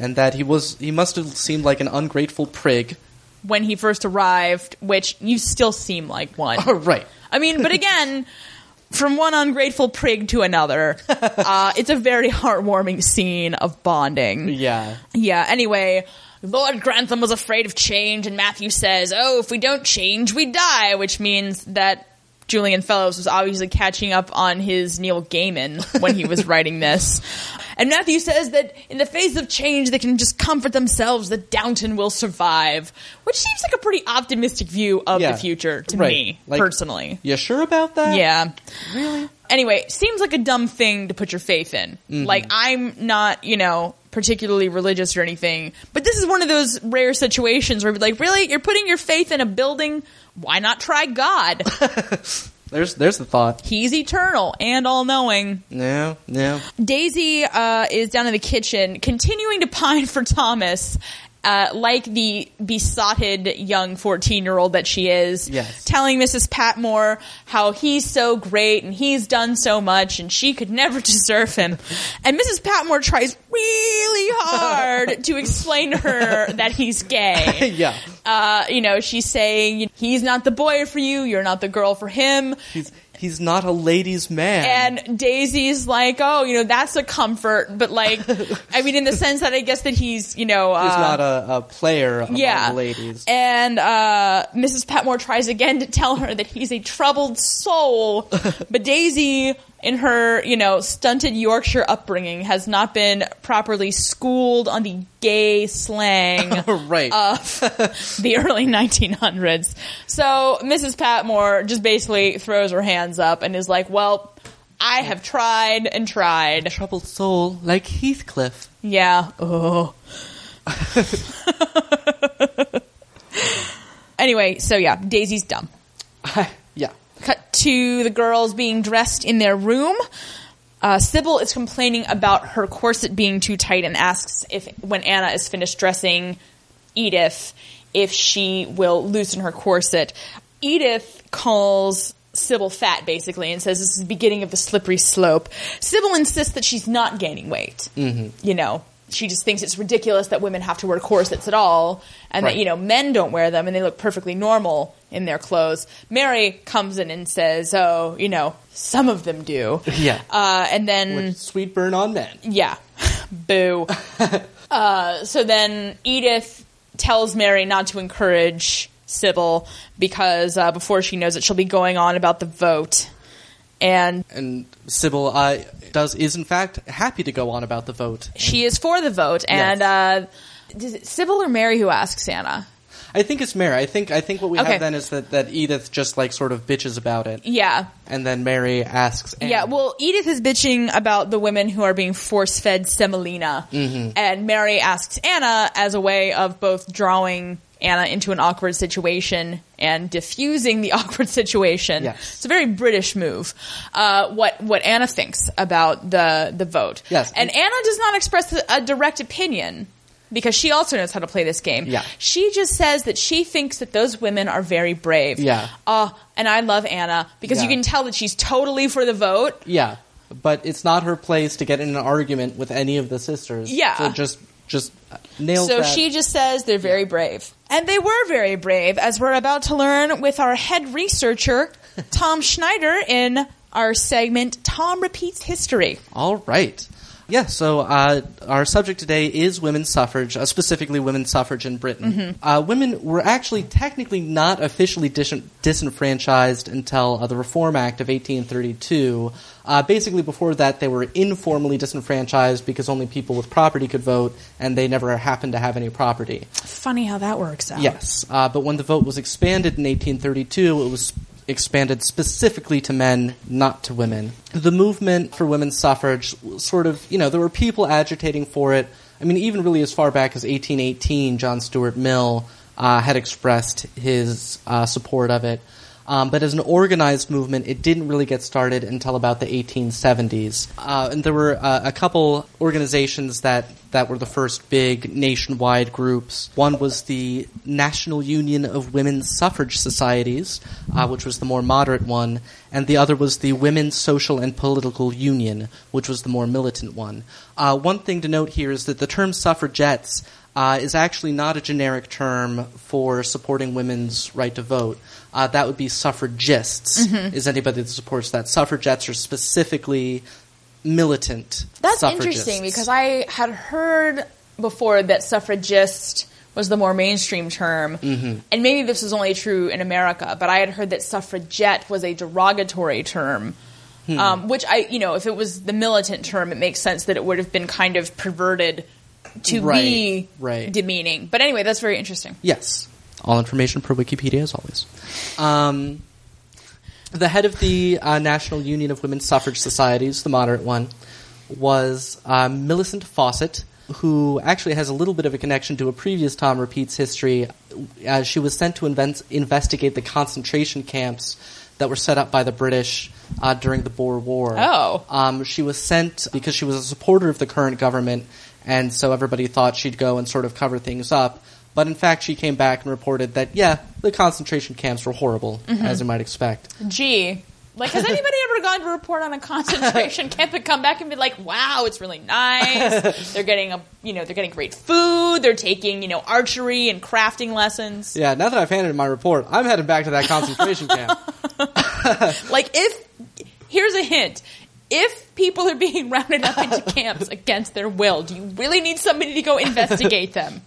B: and that he was he must have seemed like an ungrateful prig.
A: when he first arrived, which you still seem like one.
B: right.
A: I mean, but again, from one ungrateful prig to another, uh, it's a very heartwarming scene of bonding.
B: Yeah.
A: Yeah, anyway. Lord Grantham was afraid of change, and Matthew says, Oh, if we don't change, we die, which means that Julian Fellows was obviously catching up on his Neil Gaiman when he was writing this. And Matthew says that in the face of change, they can just comfort themselves that Downton will survive, which seems like a pretty optimistic view of
B: Yeah.
A: the future to
B: Right.
A: me,
B: Like-
A: personally.
B: You sure about that?
A: Yeah. Really? Mm-hmm. Anyway, seems like a dumb thing to put your faith in. Like, I'm not, you know, particularly religious or anything, but this is one of those rare situations where you're like, really? You're putting your faith in a building? Why not try God?
B: There's there's the thought.
A: He's eternal and all knowing.
B: No, no.
A: Daisy uh, is down in the kitchen, continuing to pine for Thomas. Uh, like the besotted young 14 year old that she is,
B: Yes.
A: telling Mrs. Patmore how he's so great and he's done so much and she could never deserve him. And Mrs. Patmore tries really hard to explain to her that he's gay
B: yeah.
A: uh, you know, she's saying he's not the boy for you, you're not the girl for him.
B: He's, he's He's not a ladies' man.
A: And Daisy's like, oh, you know, that's a comfort, but like, I mean, in the sense that I guess that he's, you know, uh,
B: He's not a, a player among
A: yeah.
B: the ladies.
A: And uh, Mrs. Petmore tries again to tell her that he's a troubled soul, but Daisy, in her you know stunted Yorkshire upbringing, has not been properly schooled on the gay
B: Oh,
A: slang
B: right.
A: of the early 1900s. So Mrs. Patmore just basically throws her hands up and is like, "Well, I have tried and tried.
B: Troubled soul like Heathcliff.
A: Yeah. Oh." anyway, so yeah, Daisy's dumb.
B: yeah.
A: Cut to the girls being dressed in their room. Uh, Sybil is complaining about her corset being too tight and asks if, when Anna is finished dressing Edith, if she will loosen her corset. Edith calls Sybil fat, basically, and says this is the beginning of the slippery slope. Sybil insists that she's not gaining weight. Mm-hmm. You know, she just thinks it's ridiculous that women have to wear corsets at all, and
B: Right.
A: that, you know, know, men don't wear them and they look perfectly normal in their clothes. Mary comes in and says, "Oh, you know, some of them do."
B: Yeah.
A: Uh, and then
B: Sweet burn on men.
A: yeah. Boo. uh, so then Edith tells Mary not to encourage Sybil because uh, before she knows it she'll be going on about the vote. And
B: And Sybil uh, does is in fact happy to go on about the vote.
A: she is for the vote and uh does it, Sybil or Mary who asks Anna?
B: I think it's Mary. I think I think what we
A: Okay.
B: have then is that, that Edith just like sort of bitches about it,
A: Yeah.
B: and then Mary asks. Anne.
A: Yeah, well, Edith is bitching about the women who are being force fed semolina.
B: Mm-hmm.
A: And Mary asks Anna as a way of both drawing Anna into an awkward situation and diffusing the awkward situation.
B: Yes.
A: It's a very British move. Uh, what what Anna thinks about the the vote?
B: Yes.
A: and Anna does not express a- a direct opinion because she also knows how to play this game.
B: Yeah.
A: she just says that she thinks that those women are very brave.
B: Yeah.
A: uh, and I love Anna because you
B: Yeah.
A: can tell that she's totally for the vote.
B: yeah, but it's not her place to get in an argument with any of the sisters.
A: Yeah.
B: so just just nail.
A: So she just says they're very brave. And they were very brave, as we're about to learn with our head researcher, Tom Schneider, in our segment Tom Repeats History.
B: All right. Yeah, so uh, our subject today is women's suffrage, uh, specifically women's suffrage in Britain. Uh, women were actually technically not officially dis- disenfranchised until uh, the Reform Act of 1832. Uh, basically, before that, they were informally disenfranchised because only people with property could vote, and they never happened to have any property.
A: Funny how that works out.
B: Yes, uh, but when the vote was expanded in 1832, it was expanded specifically to men, not to women. The movement for women's suffrage sort of, you know, there were people agitating for it. I mean, even really as far back as 1818, John Stuart Mill uh, had expressed his uh, support of it. Um, but as an organized movement, it didn't really get started until about the 1870s. Uh, and there were uh, a couple organizations that, that were the first big nationwide groups. One was the National Union of Women's Suffrage Societies, uh, which was the more moderate one, and the other was the Women's Social and Political Union, which was the more militant one. Uh, one thing to note here is that the term suffragettes uh, is actually not a generic term for supporting women's right to vote. Uh, that would be suffragists,
A: Mm-hmm.
B: is anybody that supports that. Suffragettes are specifically militant
A: That's
B: suffragists.
A: interesting because I had heard before that suffragist was the more mainstream term,
B: Mm-hmm.
A: and maybe this was only true in America, but I had heard that suffragette was a derogatory term.
B: Hmm.
A: Um, which I, you know, if it was the militant term, it makes sense that it would have been kind of perverted to be
B: Right, right.
A: demeaning. But anyway, that's very interesting.
B: Yes. All information per Wikipedia, as always. Um, the head of the uh, National Union of Women's Suffrage Societies, the moderate one, was uh, Millicent Fawcett, who actually has a little bit of a connection to a previous Tom Repeats history. Uh, she was sent to invent- investigate the concentration camps that were set up by the British uh, during the Boer War.
A: Oh.
B: Um, she was sent because she was a supporter of the current government, and so everybody thought she'd go and sort of cover things up. But in fact, she came back and reported that, yeah, the concentration camps were horrible, as you might expect.
A: Gee. Like, has anybody ever gone to report on a concentration camp and come back and be like, "Wow, it's really nice. They're getting a, you know, they're getting great food. They're taking, you know, archery and crafting lessons."
B: Yeah, now that I've handed in my report, I'm headed back to that concentration camp.
A: Like, if Here's a hint. If people are being rounded up into camps against their will, do you really need somebody to go investigate them?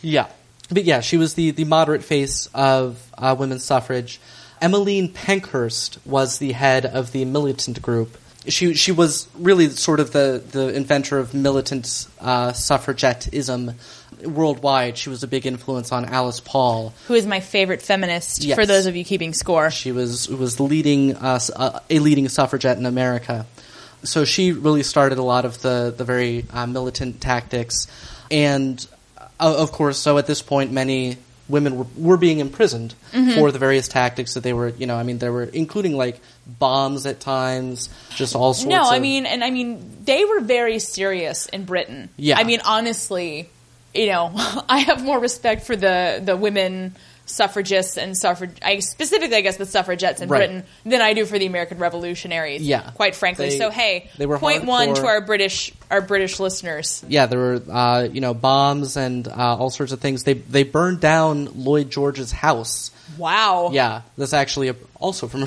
B: Yeah. But yeah, she was the, the moderate face of uh, women's suffrage. Emmeline Pankhurst was the head of the militant group. She, she was really sort of the, the inventor of militant uh, suffragettism worldwide. She was a big influence on Alice Paul.
A: Who is my favorite feminist
B: Yes.
A: for those of you keeping score?
B: She was was leading us uh, a leading suffragette in America, so she really started a lot of the the very uh, militant tactics, and uh, of course, so at this point, many women were, were being imprisoned
A: Mm-hmm.
B: for the various tactics that they were. You know, I mean, there were including like bombs at times, just all sorts.
A: No, I
B: of-
A: mean, and I mean, they were very serious in Britain.
B: Yeah.
A: I mean, honestly, you know, I have more respect for the the women suffragists and suffrage. I specifically, I guess, the suffragettes in
B: Right.
A: Britain than I do for the American revolutionaries.
B: Yeah.
A: quite frankly.
B: They-
A: so hey,
B: they were
A: point one to
B: hardcore.
A: our British our British listeners.
B: yeah, there were uh, you know bombs and uh, all sorts of things. They they burned down Lloyd George's house.
A: Oh. Wow.
B: Yeah, that's actually a, also from a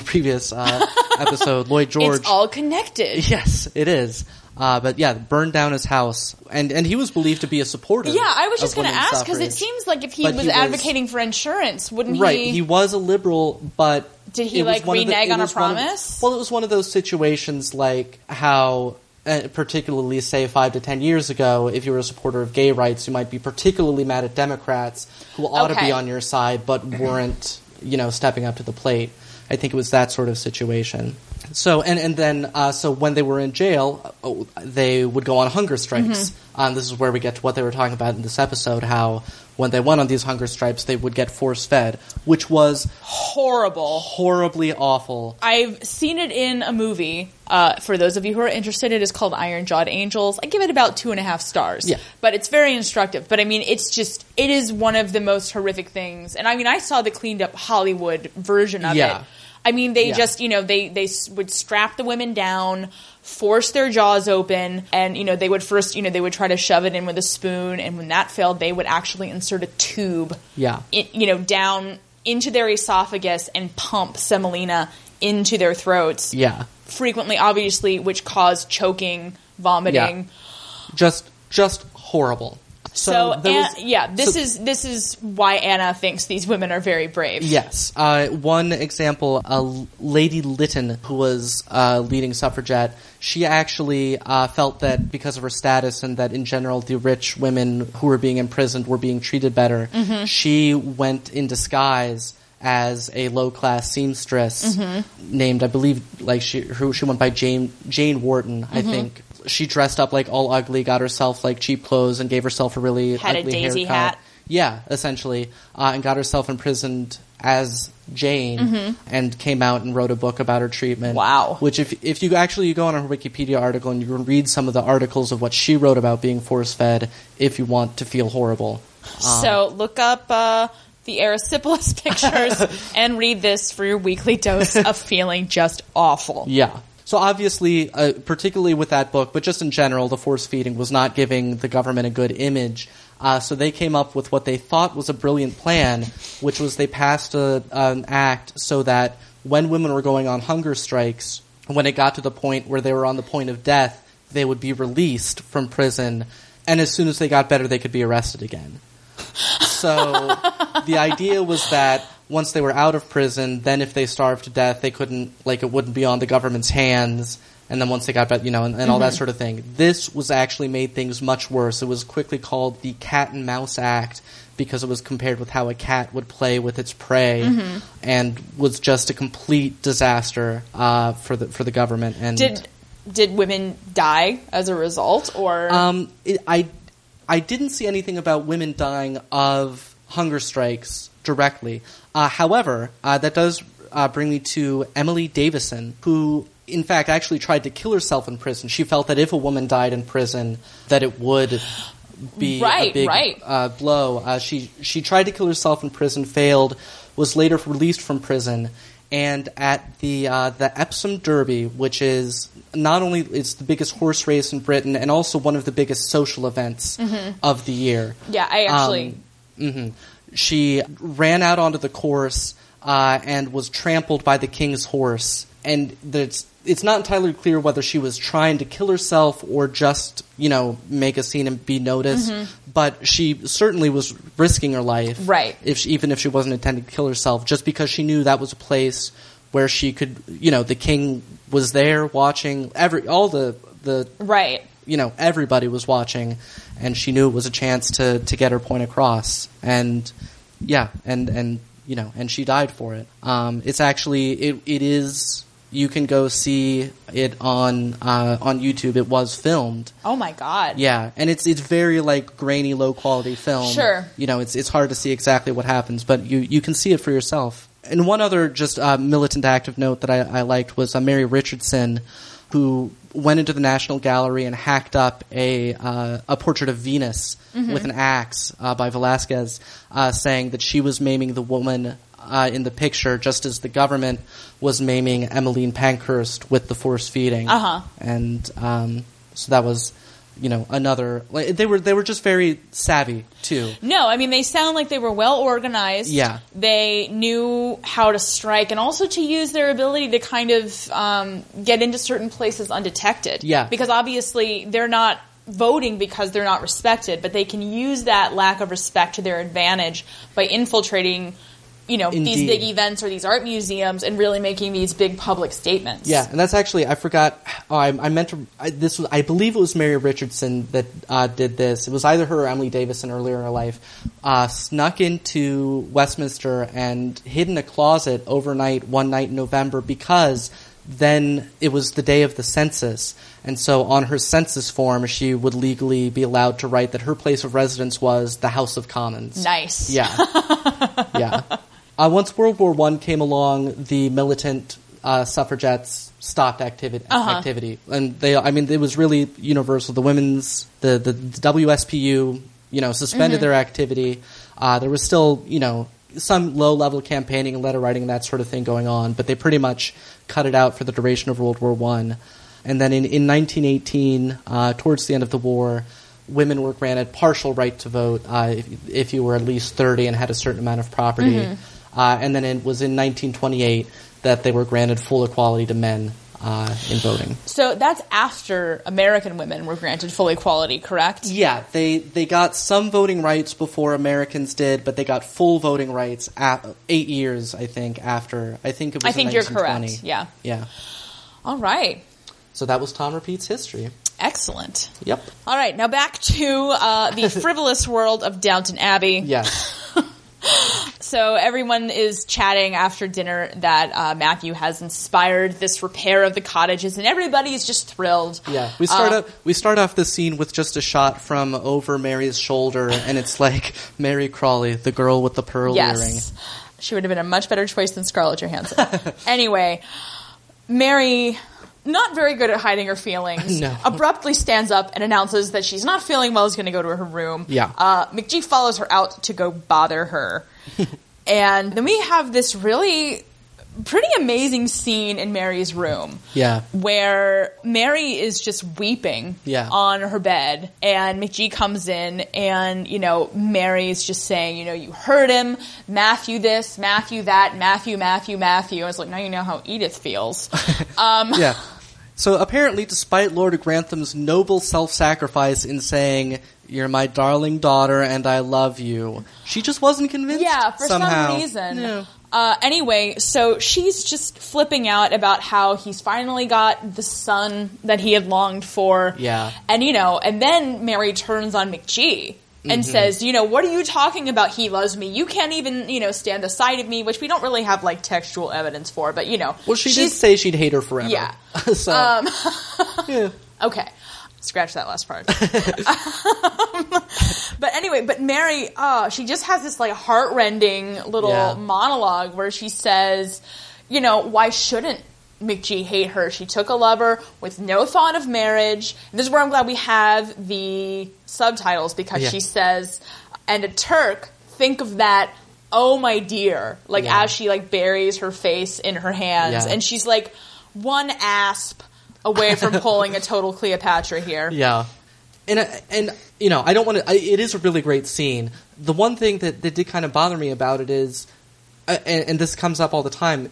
B: previous uh, episode. Lloyd George.
A: It's all connected.
B: Yes, it is. Uh, but yeah, burned down his house, and and he was believed to be a supporter.
A: Yeah, I was just
B: going to
A: ask because it seems like if he
B: But
A: was
B: he was-
A: advocating for insurance, wouldn't
B: right. He was a liberal, but
A: Did he,
B: it was
A: like,
B: one of the-
A: renege
B: it
A: on a
B: was one of-
A: promise?
B: well, it was one of those situations like how. Uh, particularly, say five to ten years ago, if you were a supporter of gay rights, you might be particularly mad at Democrats who ought to
A: Okay.
B: be on your side but weren't, you know, stepping up to the plate. I think it was that sort of situation. So, and and then uh, so when they were in jail, uh, oh, they would go on hunger strikes. Um, this is where we get to what they were talking about in this episode. How when they went on these hunger strikes, they would get force fed, which was
A: horrible.
B: horribly awful.
A: I've seen it in a movie. Uh, for those of you who are interested, it is called Iron Jawed Angels. I give it about two and a half stars.
B: Yeah.
A: But it's very instructive. But I mean, it's just, it is one of the most horrific things. And I mean, I saw the cleaned up Hollywood version of
B: Yeah.
A: it. I mean, they
B: Yeah.
A: just, you know, they, they s- would strap the women down, force their jaws open, and, you know, they would first, you know, they would try to shove it in with a spoon. And when that failed, they would actually insert a tube
B: Yeah.
A: it, you know, down into their esophagus and pump semolina into their throats.
B: Yeah,
A: Frequently, obviously, which caused choking, vomiting.
B: just just horrible.
A: So,
B: there
A: An-
B: was-
A: yeah, this
B: so-
A: is this is why Anna thinks these women are very brave.
B: Yes. Uh, one example, uh, L- Lady Lytton, who was uh, leading suffragette, she actually uh, felt that because of her status and that in general the rich women who were being imprisoned were being treated better,
A: Mm-hmm.
B: she went in disguise as a low class seamstress
A: Mm-hmm.
B: named, I believe, like she who she went by Jane Jane Wharton, I
A: Mm-hmm.
B: think. She dressed up like all ugly, got herself like cheap clothes, and gave herself a really
A: Had a
B: ugly
A: daisy
B: haircut.
A: hat.
B: Yeah, essentially, uh, and got herself imprisoned as Jane, and came out and wrote a book about her treatment.
A: Wow.
B: Which, if if you actually you go on her Wikipedia article and you can read some of the articles of what she wrote about being force fed, if you want to feel horrible. uh-huh.
A: So look up uh, the erysipelas pictures and read this for your weekly dose of feeling just awful.
B: Yeah. So obviously, uh, particularly with that book, but just in general, the force feeding was not giving the government a good image. Uh, so they came up with what they thought was a brilliant plan, which was they passed a, an act so that when women were going on hunger strikes, when it got to the point where they were on the point of death, they would be released from prison, and as soon as they got better, they could be arrested again. So the idea was that once they were out of prison, then if they starved to death, they couldn't like it wouldn't be on the government's hands. And then once they got back, you know, and, and all that sort of thing. This was actually made things much worse. It was quickly called the Cat and Mouse Act because it was compared with how a cat would play with its prey, and was just a complete disaster uh, for the for the government. And
A: Did did women die as a result, or
B: um, it, I I didn't see anything about women dying of hunger strikes directly. Uh, however, uh, that does uh, bring me to Emily Davison, who in fact actually tried to kill herself in prison. She felt that if a woman died in prison, that it would be
A: Right,
B: a big
A: right.
B: uh, blow. Uh, she she tried to kill herself in prison, failed, was later released from prison, and at the uh, the Epsom Derby, which is not only it's the biggest horse race in Britain and also one of the biggest social events of the year.
A: Mm-hmm. yeah, I actually.
B: hmm She ran out onto the course uh, and was trampled by the king's horse, and the it's not entirely clear whether she was trying to kill herself or just, you know, make a scene and be noticed. But she certainly was risking her life,
A: Right.
B: If she, even if she wasn't intending to kill herself, just because she knew that was a place where she could, you know, the king was there watching. Every all the the
A: Right.
B: you know everybody was watching, and she knew it was a chance to to get her point across. And yeah, and and you know, and she died for it. Um, it's actually it it is. You can go see it on uh, on YouTube. It was filmed.
A: Oh my god.
B: Yeah, and it's it's very like grainy, low quality film.
A: Sure.
B: you know it's it's hard to see exactly what happens, but you you can see it for yourself. And one other just uh, militant active note that I, I liked was uh, Mary Richardson, who went into the National Gallery and hacked up a uh, a portrait of Venus with an axe uh, by Velasquez, uh, saying that she was maiming the woman. Uh, in the picture, just as the government was maiming Emmeline Pankhurst with the force feeding,
A: Uh-huh.
B: and um, so that was you know another like they were they were just very savvy too
A: No, I mean they sound like they were well organized.
B: Yeah.
A: they knew how to strike and also to use their ability to kind of um, get into certain places undetected.
B: Yeah.
A: because obviously they're not voting because they're not respected, but they can use that lack of respect to their advantage by infiltrating. You know these
B: Indeed.
A: big events or these art museums, and really making these big public statements.
B: yeah and that's actually i forgot oh, I, I meant to I, this was i believe it was mary richardson that uh, did this it was either her or emily davison earlier in her life uh, snuck into westminster and hid in a closet overnight one night in november because then it was the day of the census and so on her census form she would legally be allowed to write that her place of residence was the house of commons
A: nice.
B: Yeah, yeah. Uh, once World War One came along, the militant uh, suffragettes stopped activity, activity, and they. I mean, it was really universal. The women's, the the WSPU, you know, suspended their activity. Uh, there was still, you know, some low level campaigning and letter writing and that sort of thing going on, but they pretty much cut it out for the duration of World War One. And then in, in 1918, uh, towards the end of the war, women were granted partial right to vote uh, if, if you were at least 30 and had a certain amount of property. Uh, and then it was in 1928 that they were granted full equality to men uh, in voting.
A: So that's after American women were granted full equality, correct?
B: Yeah, they, they got some voting rights before Americans did, but they got full voting rights a eight years, I think, after. I think it was
A: I
B: in
A: think you're correct.
B: 1920.
A: Yeah.
B: Yeah.
A: All right.
B: So that was Tom Repeat's history.
A: Excellent.
B: Yep.
A: All right, now back to uh, the frivolous world of Downton Abbey.
B: Yes.
A: So everyone is chatting after dinner that uh, Matthew has inspired this repair of the cottages, and everybody is just thrilled.
B: Yeah, we start
A: Uh,
B: up. We start off the scene with just a shot from over Mary's shoulder, and it's like Mary Crawley, the girl with the pearl earring.
A: Yes, she would have been a much better choice than Scarlett Johansson. anyway, Mary. Not very good at hiding her feelings.
B: No.
A: Abruptly stands up and announces that she's not feeling well. Is going to go to her room.
B: Yeah.
A: Uh, McGee follows her out to go bother her, and then we have this really pretty amazing scene in Mary's room
B: Yeah,
A: where Mary is just weeping
B: Yeah.
A: on her bed, and McGee comes in, and you know Mary is just saying, you know, you heard him, Matthew this, Matthew that, Matthew, Matthew, Matthew. I was like, now you know how Edith feels. Um,
B: yeah. So apparently, despite Lord Grantham's noble self-sacrifice in saying "You're my darling daughter, and I love you," she just wasn't convinced.
A: Yeah, for
B: somehow.
A: some reason.
B: No.
A: Uh, anyway, so she's just flipping out about how he's finally got the son that he had longed for.
B: Yeah.
A: And, you know, and then Mary turns on McGee
B: Mm-hmm.
A: and says, you know, what are you talking about? He loves me. You can't even, you know, stand aside of me, which we don't really have, like, textual evidence for, but, you know.
B: Well, she did
A: she's-
B: say she'd hate her forever.
A: Yeah. Um,
B: so yeah.
A: Okay. Scratch that last part. Um, but anyway, but Mary, uh, she just has this like heartrending little
B: Yeah.
A: monologue where she says, you know, why shouldn't McGee hate her? She took a lover with no thought of marriage. This is where I'm glad we have the subtitles because
B: Yeah.
A: she says, and a Turk, think of that. Oh my dear! Like
B: Yeah.
A: as she like buries her face in her hands,
B: Yeah.
A: and she's like one asp away from pulling a total Cleopatra here.
B: Yeah, and I- and you know, I don't want to. It is a really great scene. The one thing that that did kind of bother me about it is, uh, and, and this comes up all the time.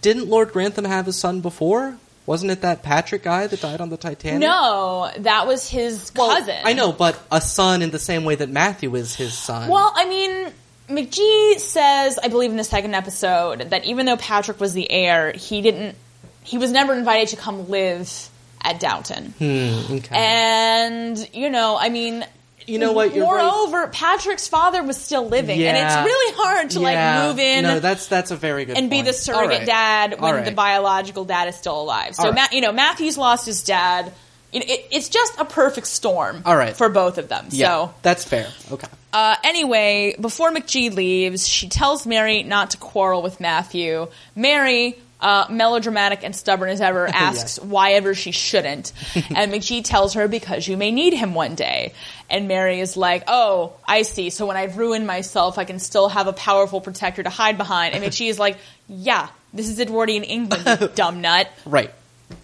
B: Didn't Lord Grantham have his son before? Wasn't it that Patrick guy that died on the Titanic?
A: No, that was his
B: Well,
A: cousin.
B: I know, but a son in the same way that Matthew is his son.
A: Well, I mean, McGee says, I believe in the second episode, that even though Patrick was the heir, he didn't, he was never invited to come live at Downton.
B: Hmm, okay.
A: And, you know, I mean,
B: You know what, you're right.
A: Moreover, Patrick's father was still living, and
B: Yeah.
A: it's really hard to
B: Yeah.
A: like move in
B: No, that's that's a very good
A: and be
B: point.
A: the surrogate
B: All right.
A: dad
B: All
A: when
B: right.
A: the biological dad is still alive. So
B: All right.
A: Ma- you know, Matthew's lost his dad. You know, it, it's just a perfect storm.
B: All right.
A: for both of them.
B: Yeah,
A: So
B: that's fair. Okay.
A: uh, anyway, before McGee leaves, she tells Mary not to quarrel with Matthew. Mary, uh, melodramatic and stubborn as ever, asks why ever she shouldn't. and McGee tells her because you may need him one day. And Mary is like, oh, I see. So when I've ruined myself, I can still have a powerful protector to hide behind. And McGee is like, yeah, this is Edwardian England, you dumb nut.
B: Right.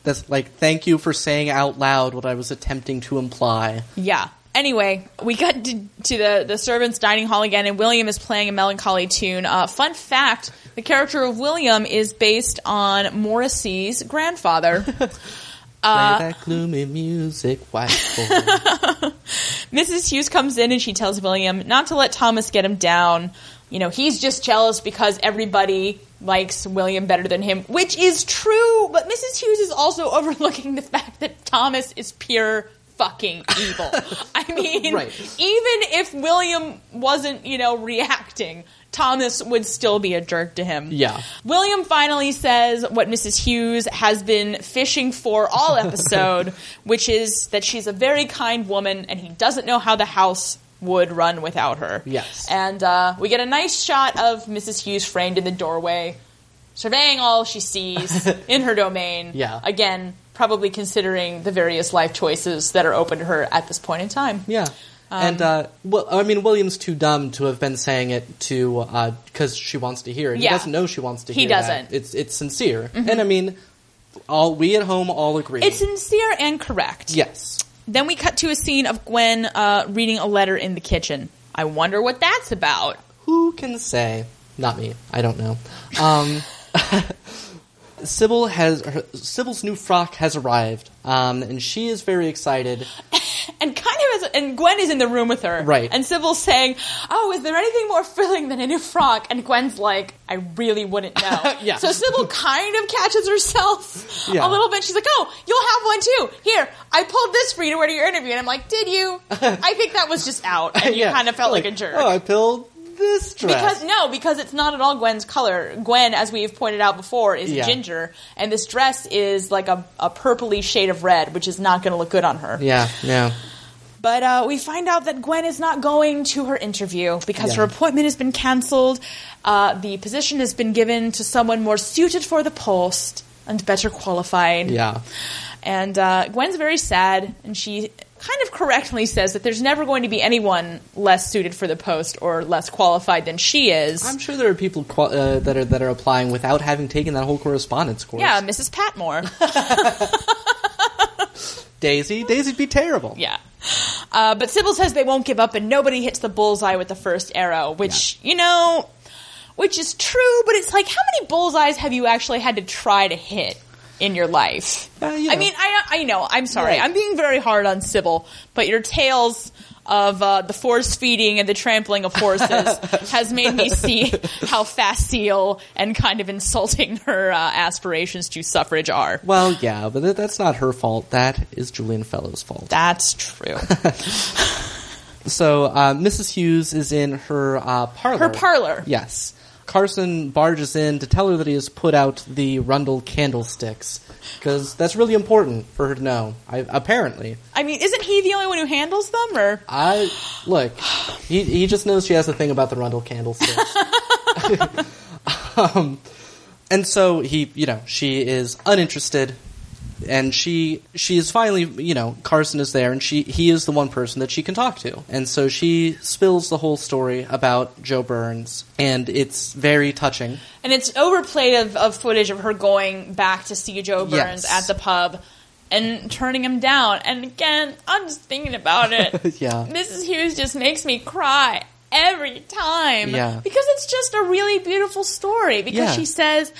B: That's like thank you for saying out loud what I was attempting to imply.
A: Yeah. Anyway, we got to, to the, the servants' dining hall again, and William is playing a melancholy tune. Uh, fun fact the character of William is based on Morrissey's grandfather. Uh,
B: Play that gloomy music, white boy.
A: Mrs. Hughes comes in and she tells William not to let Thomas get him down. You know, he's just jealous because everybody likes William better than him, which is true, but Mrs. Hughes is also overlooking the fact that Thomas is pure fucking evil. I mean,
B: Right.
A: even if William wasn't, you know, reacting, Thomas would still be a jerk to him.
B: Yeah.
A: William finally says what Mrs. Hughes has been fishing for all episode, which is that she's a very kind woman and he doesn't know how the house would run without her.
B: Yes.
A: And uh, we get a nice shot of Mrs. Hughes framed in the doorway, surveying all she sees in her domain.
B: Yeah.
A: Again, probably considering the various life choices that are open to her at this point in time.
B: Yeah.
A: Um,
B: and uh, well, I mean, William's too dumb to have been saying it to because she wants to hear it. He
A: Yeah.
B: doesn't know she wants to hear.
A: He
B: that.
A: doesn't. Mm-hmm.
B: It's it's sincere, and I mean, all we at home all agree.
A: It's sincere and correct.
B: yes,
A: Then we cut to a scene of Gwen uh, reading a letter in the kitchen. I wonder what that's about.
B: who can say? Not me. I don't know. Um, Sybil has her, Sybil's new frock has arrived, um, and she is very excited.
A: And kind of as, and Gwen is in the room with her.
B: Right.
A: And Sybil's saying, Oh, is there anything more filling than a new frock? And Gwen's like, I really wouldn't know.
B: Yeah.
A: So Sybil kind of catches herself
B: Yeah.
A: a little bit. She's like, Oh, you'll have one too. Here, I pulled this for you to wear to your interview. And I'm like, Did you? I think that was just out. And you
B: Yeah.
A: kind of felt like, a jerk.
B: Oh, I pilled this dress.
A: Because no, because it's not at all Gwen's color. Gwen, as we've pointed out before, is
B: Yeah.
A: ginger, and this dress is like a, a purpley shade of red, which is not going to look good on her.
B: yeah, yeah.
A: But uh, we find out that Gwen is not going to her interview because
B: Yeah.
A: her appointment has been canceled. Uh, the position has been given to someone more suited for the post and better qualified.
B: Yeah.
A: And uh, Gwen's very sad, and she kind of correctly says that there's never going to be anyone less suited for the post or less qualified than she is.
B: I'm sure there are people qual- uh, that are that are applying without having taken that whole correspondence course.
A: Yeah, Mrs. Patmore.
B: Daisy, Daisy'd be terrible.
A: yeah. Uh, but Sybil says they won't give up and nobody hits the bullseye with the first arrow, which, you know, which is true, but it's like, how many bullseyes have you actually had to try to hit in your life?
B: Uh, you
A: I
B: know.
A: mean, I, I know, I'm sorry.
B: Right.
A: I'm being very hard on Sybil, but your tales of uh, the force feeding and the trampling of horses has made me see how facile and kind of insulting her uh, aspirations to suffrage are.
B: Well, yeah, but th- that's not her fault. That is Julian Fellow's fault.
A: That's true.
B: So uh, Mrs. Hughes is in her uh, parlor.
A: Her parlor.
B: Yes. Carson barges in to tell her that he has put out the Rundle candlesticks because that's really important for her to know. I, apparently,
A: I mean, isn't he the only one who handles them? Or
B: I look. He he just knows she has a thing about the Rundle candlesticks. um, and so he, you know, she is uninterested, and she she is finally, you know, Carson is there, and she he is the one person that she can talk to, and so she spills the whole story about Joe Burns, and it's very touching.
A: and it's overplayed of, of footage of her going back to see Joe Burns
B: Yes.
A: at the pub and turning him down. And again, I'm just thinking about it.
B: Yeah.
A: Mrs. Hughes just makes me cry every time.
B: Yeah.
A: Because it's just a really beautiful story. Because
B: Yeah.
A: she says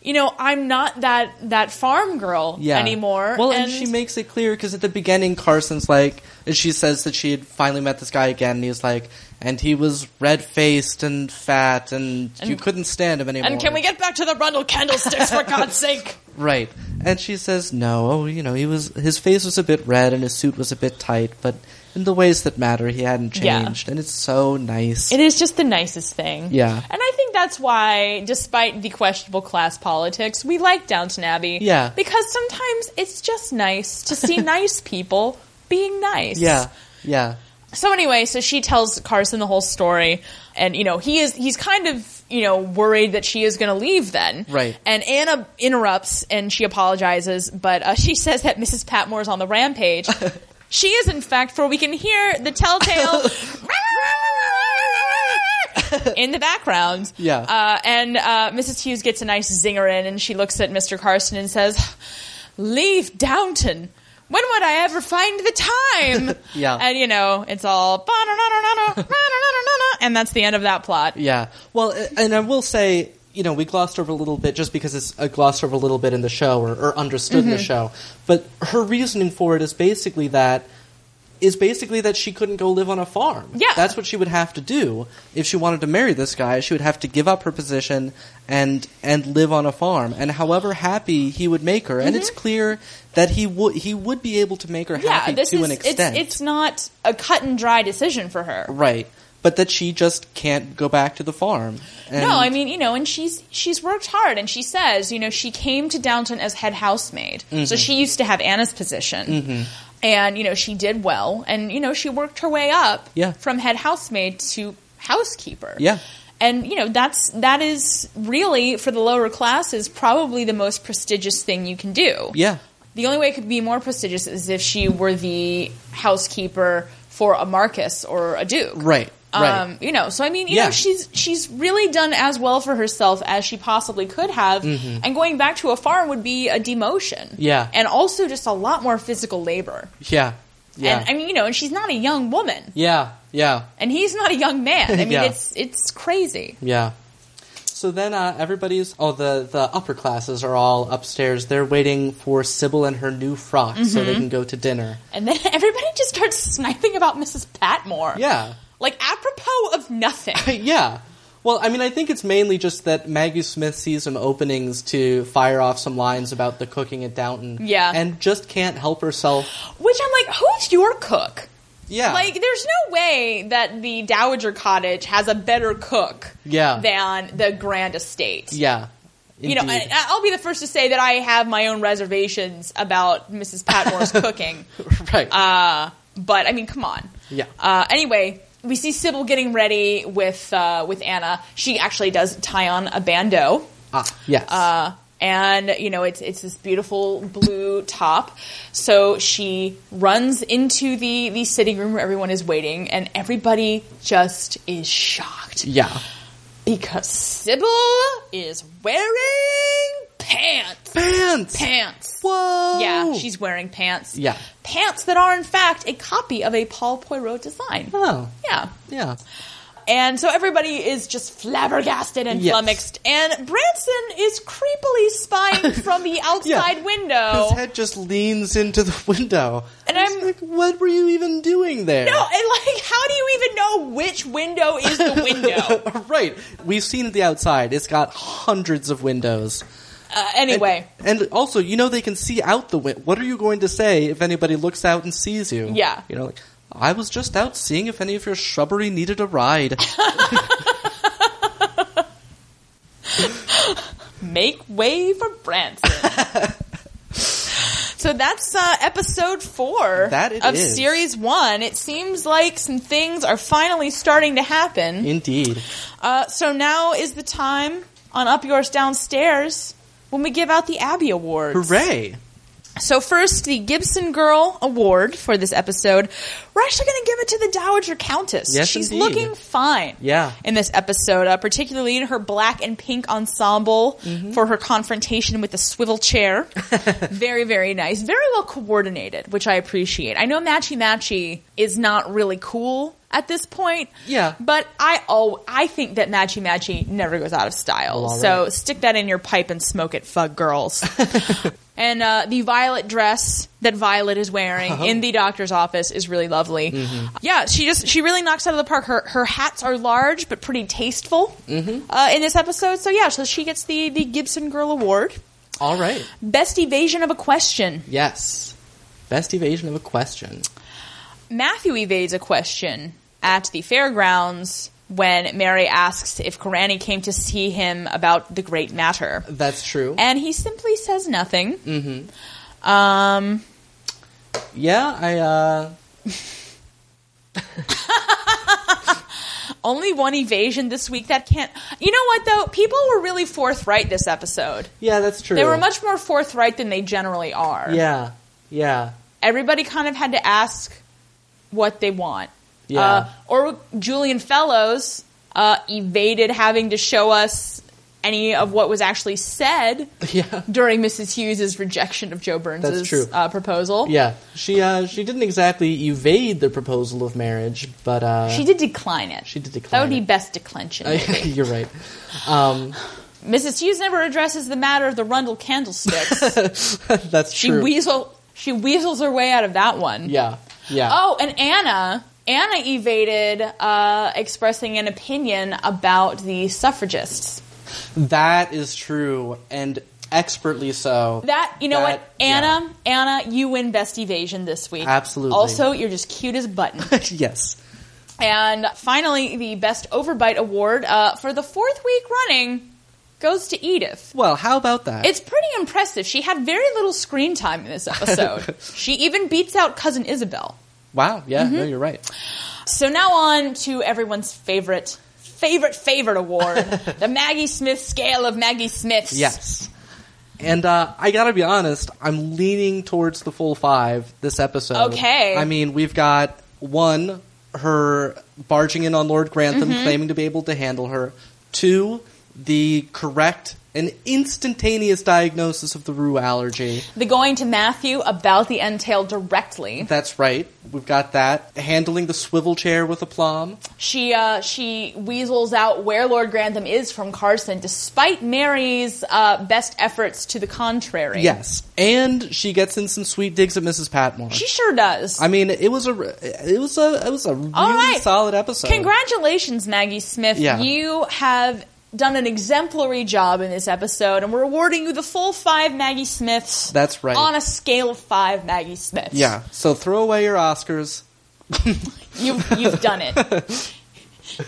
A: you know, I'm not that that farm girl
B: yeah.
A: anymore.
B: Well, and, she makes it clear because at the beginning, Carson's like, she says that she had finally met this guy again, and he's like, and he was red faced and fat, and, you
A: And-
B: couldn't stand him anymore.
A: and can we get back to the Brundle candlesticks for God's sake?
B: right? And she says, no, oh, you know, he was his face was a bit red, and his suit was a bit tight, but in the ways that matter, he hadn't
A: Yeah.
B: changed, and it's so nice.
A: It is just the nicest thing.
B: Yeah.
A: And I think that's why, despite the questionable class politics, we like Downton Abbey.
B: Yeah.
A: Because sometimes it's just nice to see nice people being nice.
B: yeah, yeah,
A: So anyway, so she tells Carson the whole story, and you know he is he's kind of you know worried that she is going to leave then.
B: Right.
A: And Anna interrupts and she apologizes, but uh, she says that Mrs. Patmore is on the rampage. she is in fact, for we can hear the telltale. In the background,
B: Yeah.
A: uh, and uh, Mrs. Hughes gets a nice zinger in, and she looks at Mr. Carson and says, "Leave Downton. When would I ever find the time?"
B: Yeah.
A: and you know it's all "Ba-na-na-na-na-na, na-na-na-na-na," and that's the end of that plot.
B: yeah. Well, a- and I will say. You know, we glossed over a little bit just because it's uh, glossed over a little bit in the show or, or understood
A: Mm-hmm.
B: in the show. But her reasoning for it is basically that is basically that she couldn't go live on a farm.
A: Yeah.
B: That's what she would have to do if she wanted to marry this guy. She would have to give up her position and and live on a farm. And however happy he would make her, and it's clear that he would he would be able to make her
A: Mm-hmm. Yeah,
B: happy
A: this
B: to
A: is
B: an
A: it's,
B: extent.
A: it's not a cut and dry decision for her.
B: right. But that she just can't go back to the farm. And
A: no, I mean, you know, and she's she's worked hard, and she says, you know, she came to Downton as head housemaid,
B: Mm-hmm.
A: so she used to have Anna's position, and you know, she did well, and you know, she worked her way up,
B: Yeah.
A: from head housemaid to housekeeper,
B: Yeah.
A: And you know that's that is really for the lower classes probably the most prestigious thing you can do.
B: Yeah.
A: The only way it could be more prestigious is if she were the housekeeper for a Marcus or a Duke.
B: Right, right.
A: Um, you know, so I mean, you
B: Yeah.
A: know, she's she's really done as well for herself as she possibly could have, and going back to a farm would be a demotion.
B: Mm-hmm. Yeah.
A: and also just a lot more physical labor.
B: Yeah. Yeah.
A: And I mean, you know, and she's not a young woman,
B: yeah. Yeah.
A: and he's not a young man. I mean,
B: Yeah.
A: it's it's crazy.
B: Yeah. So then uh, everybody's oh the the upper classes are all upstairs. They're waiting for Sybil and her new frock so
A: Mm-hmm.
B: they can go to dinner.
A: And then everybody just starts sniping about Mrs. Patmore.
B: Yeah.
A: like apropos of nothing.
B: yeah. Well, I mean, I think it's mainly just that Maggie Smith sees some openings to fire off some lines about the cooking at Downton.
A: Yeah.
B: And just can't help herself.
A: Which I'm like, who's your cook?
B: Yeah.
A: Like, there's no way that the Dowager Cottage has a better cook
B: Yeah.
A: than the Grand Estate.
B: yeah.
A: You know,
B: Indeed.
A: and I'll be the first to say that I have my own reservations about Mrs. Patmore's cooking.
B: right.
A: Uh, But, I mean, come on.
B: Yeah.
A: Uh, anyway, we see Sybil getting ready with, uh, with Anna. She actually does tie on a bandeau.
B: ah, yes.
A: Uh, and you know it's it's this beautiful blue top. So she runs into the the sitting room where everyone is waiting, and everybody just is shocked
B: yeah.
A: because Sybil is wearing pants.
B: Pants.
A: Pants.
B: Whoa.
A: Yeah, she's wearing pants.
B: Oh. Yeah.
A: Pants that are in fact a copy of a Paul Poiret design.
B: Oh.
A: Yeah.
B: Yeah.
A: And so everybody is just flabbergasted and
B: Yes.
A: flummoxed. And Branson is creepily spying from the outside window.
B: His head just leans into the window.
A: And
B: It's
A: I'm-
B: like, what were you even doing there?
A: no, and like, how do you even know which window is the window?
B: right. We've seen it the outside. It's got hundreds of windows.
A: uh, anyway,
B: And also, you know they can see out the window. What are you going to say if anybody looks out and sees you?
A: Yeah.
B: You know, like, I was just out seeing if any of your shrubbery needed a ride.
A: make way for Branson. so that's uh, episode four
B: That it
A: of
B: is.
A: series one. It seems like some things are finally starting to happen.
B: Indeed.
A: Uh, so now is the time on Up Yours Downstairs when we give out the Abby Awards.
B: Hooray.
A: So first, the Gibson Girl Award for this episode. We're actually going to give it to the Dowager Countess.
B: Yes,
A: She's
B: indeed.
A: looking fine.
B: Yeah.
A: In this episode, uh, particularly in her black and pink ensemble
B: Mm-hmm.
A: for her confrontation with the swivel chair. very, very nice. Very well coordinated, which I appreciate. I know Matchy Matchy is not really cool. at this point.
B: Yeah.
A: But I oh I think that Machi Machi never goes out of style.
B: Well, all
A: so
B: right.
A: stick that in your pipe and smoke it, fug girls. and uh, the violet dress that Violet is wearing
B: Uh-huh.
A: in the doctor's office is really lovely.
B: Mm-hmm.
A: Yeah, she just she really knocks out of the park. Her her hats are large but pretty tasteful
B: Mm-hmm.
A: uh, in this episode. So yeah, so she gets the the Gibson Girl Award.
B: All right.
A: Best evasion of a question.
B: Yes. Best evasion of a question.
A: Matthew evades a question at the fairgrounds when Mary asks if Karani came to see him about the great matter.
B: That's true.
A: And he simply says nothing. Mm-hmm. Um,
B: yeah, I uh
A: only one evasion this week. That can't. You know what, though? People were really forthright this episode.
B: yeah, that's true.
A: They were much more forthright than they generally are.
B: Yeah. Yeah.
A: Everybody kind of had to ask what they want.
B: Yeah.
A: Uh, or Julian Fellows uh, evaded having to show us any of what was actually said
B: yeah.
A: during Mrs. Hughes' rejection of Joe
B: That's
A: Burns'
B: true.
A: uh, proposal.
B: Yeah. She uh she didn't exactly evade the proposal of marriage, but uh
A: She did decline it.
B: She did
A: That would
B: decline
A: be
B: it.
A: best declension. maybe.
B: You're right. Um
A: Mrs. Hughes never addresses the matter of the Rundle candlesticks.
B: that's
A: she
B: true.
A: weasel she weasels her way out of that one.
B: yeah. Yeah.
A: Oh, and Anna. Anna evaded uh, expressing an opinion about the suffragists.
B: That is true and expertly so.
A: That you know
B: That-
A: what, Anna, Anna, you win best evasion this week.
B: Absolutely.
A: Also, you're just cute as a button.
B: yes.
A: and finally, the best overbite award uh, for the fourth week running goes to Edith.
B: Well, how about that?
A: It's pretty impressive. She had very little screen time in this episode. she even beats out cousin Isabel.
B: wow. Yeah, no,
A: Mm-hmm.
B: you're right.
A: So now on to everyone's favorite, favorite, favorite award, the Maggie Smith scale of Maggie Smiths.
B: Yes. And uh, I gotta be honest, I'm leaning towards the full five this episode.
A: Okay.
B: I mean, we've got one, her barging in on Lord Grantham,
A: Mm-hmm.
B: claiming to be able to handle her. Two, the correct and instantaneous diagnosis of the rue allergy.
A: The going to Matthew about the entail directly.
B: That's right. We've got that. Handling the swivel chair with aplomb.
A: She uh, she weasels out where Lord Grantham is from Carson, despite Mary's uh, best efforts to the contrary.
B: Yes. And she gets in some sweet digs at Mrs. Patmore.
A: she sure does.
B: I mean, it was a re- it was a it was a really
A: All right.
B: solid episode.
A: Congratulations, Maggie Smith.
B: Yeah.
A: You have done an exemplary job in this episode, and we're awarding you the full five Maggie Smiths.
B: That's right.
A: On a scale of five Maggie Smiths.
B: Yeah. So throw away your Oscars.
A: You've, you've done it.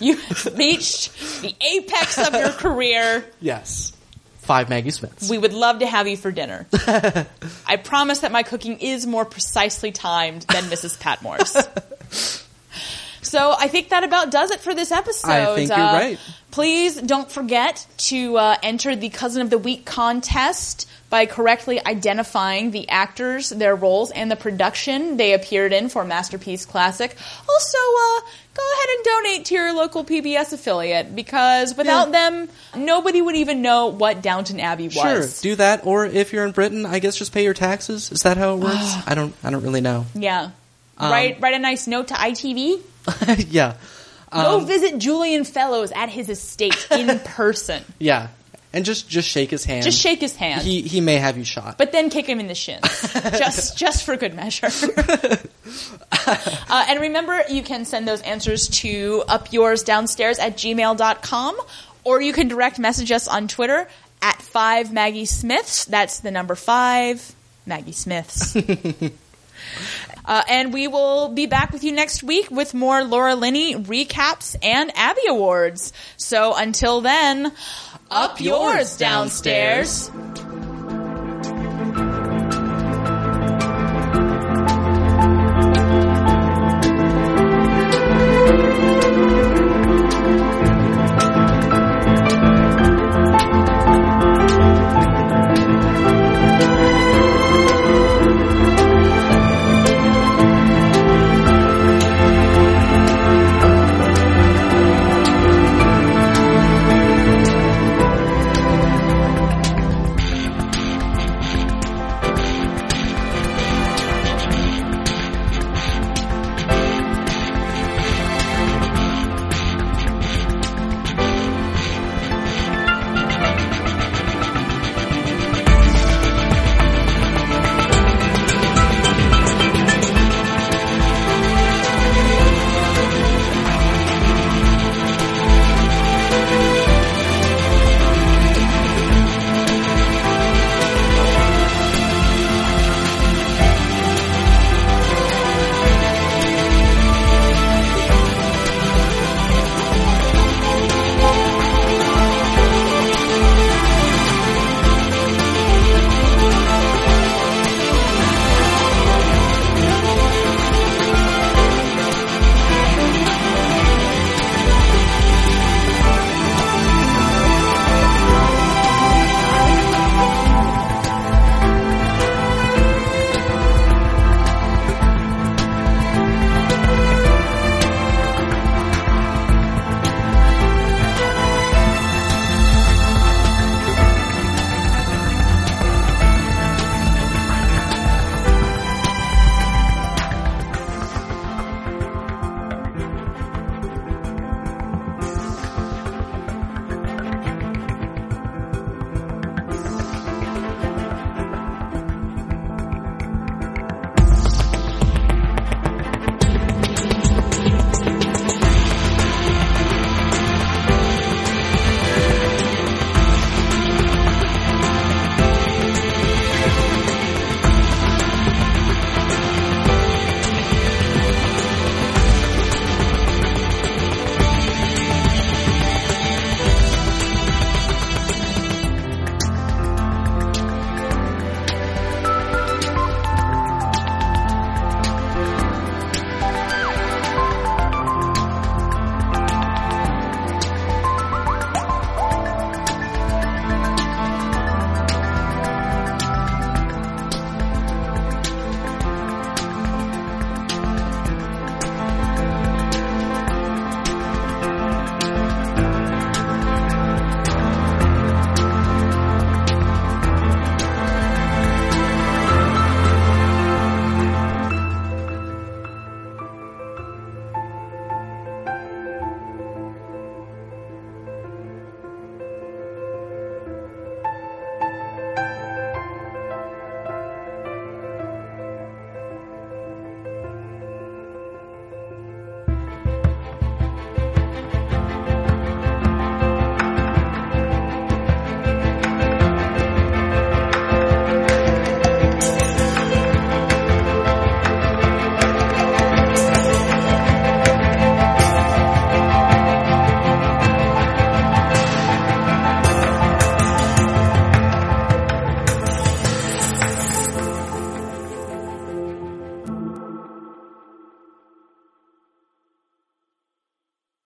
A: You've reached the apex of your career.
B: Yes. Five Maggie Smiths.
A: We would love to have you for dinner. I promise that my cooking is more precisely timed than Mrs. Patmore's. so I think that about does it for this episode.
B: I think you're
A: Uh,
B: right.
A: Please don't forget to uh, enter the Cousin of the Week contest by correctly identifying the actors, their roles, and the production they appeared in for Masterpiece Classic. Also, uh, go ahead and donate to your local PBS affiliate because without them, nobody would even know what Downton Abbey was.
B: sure. Do that, or if you're in Britain, I guess just pay your taxes. Is that how it works? I don't. I don't really know.
A: Yeah.
B: Um,
A: write write a nice note to ITV.
B: yeah.
A: Go
B: um,
A: visit Julian Fellows at his estate in person.
B: Yeah. And just just shake his hand.
A: Just shake his hand.
B: He he may have you shot.
A: but then kick him in the shins, just just for good measure. uh, and remember, you can send those answers to upyoursdownstairs at gmail.com, or you can direct message us on Twitter at 5 Maggie Smiths. That's the number 5 Maggie Smiths. Uh, and we will be back with you next week with more Laura Linney recaps and Abby Awards. So until then, up, yours downstairs.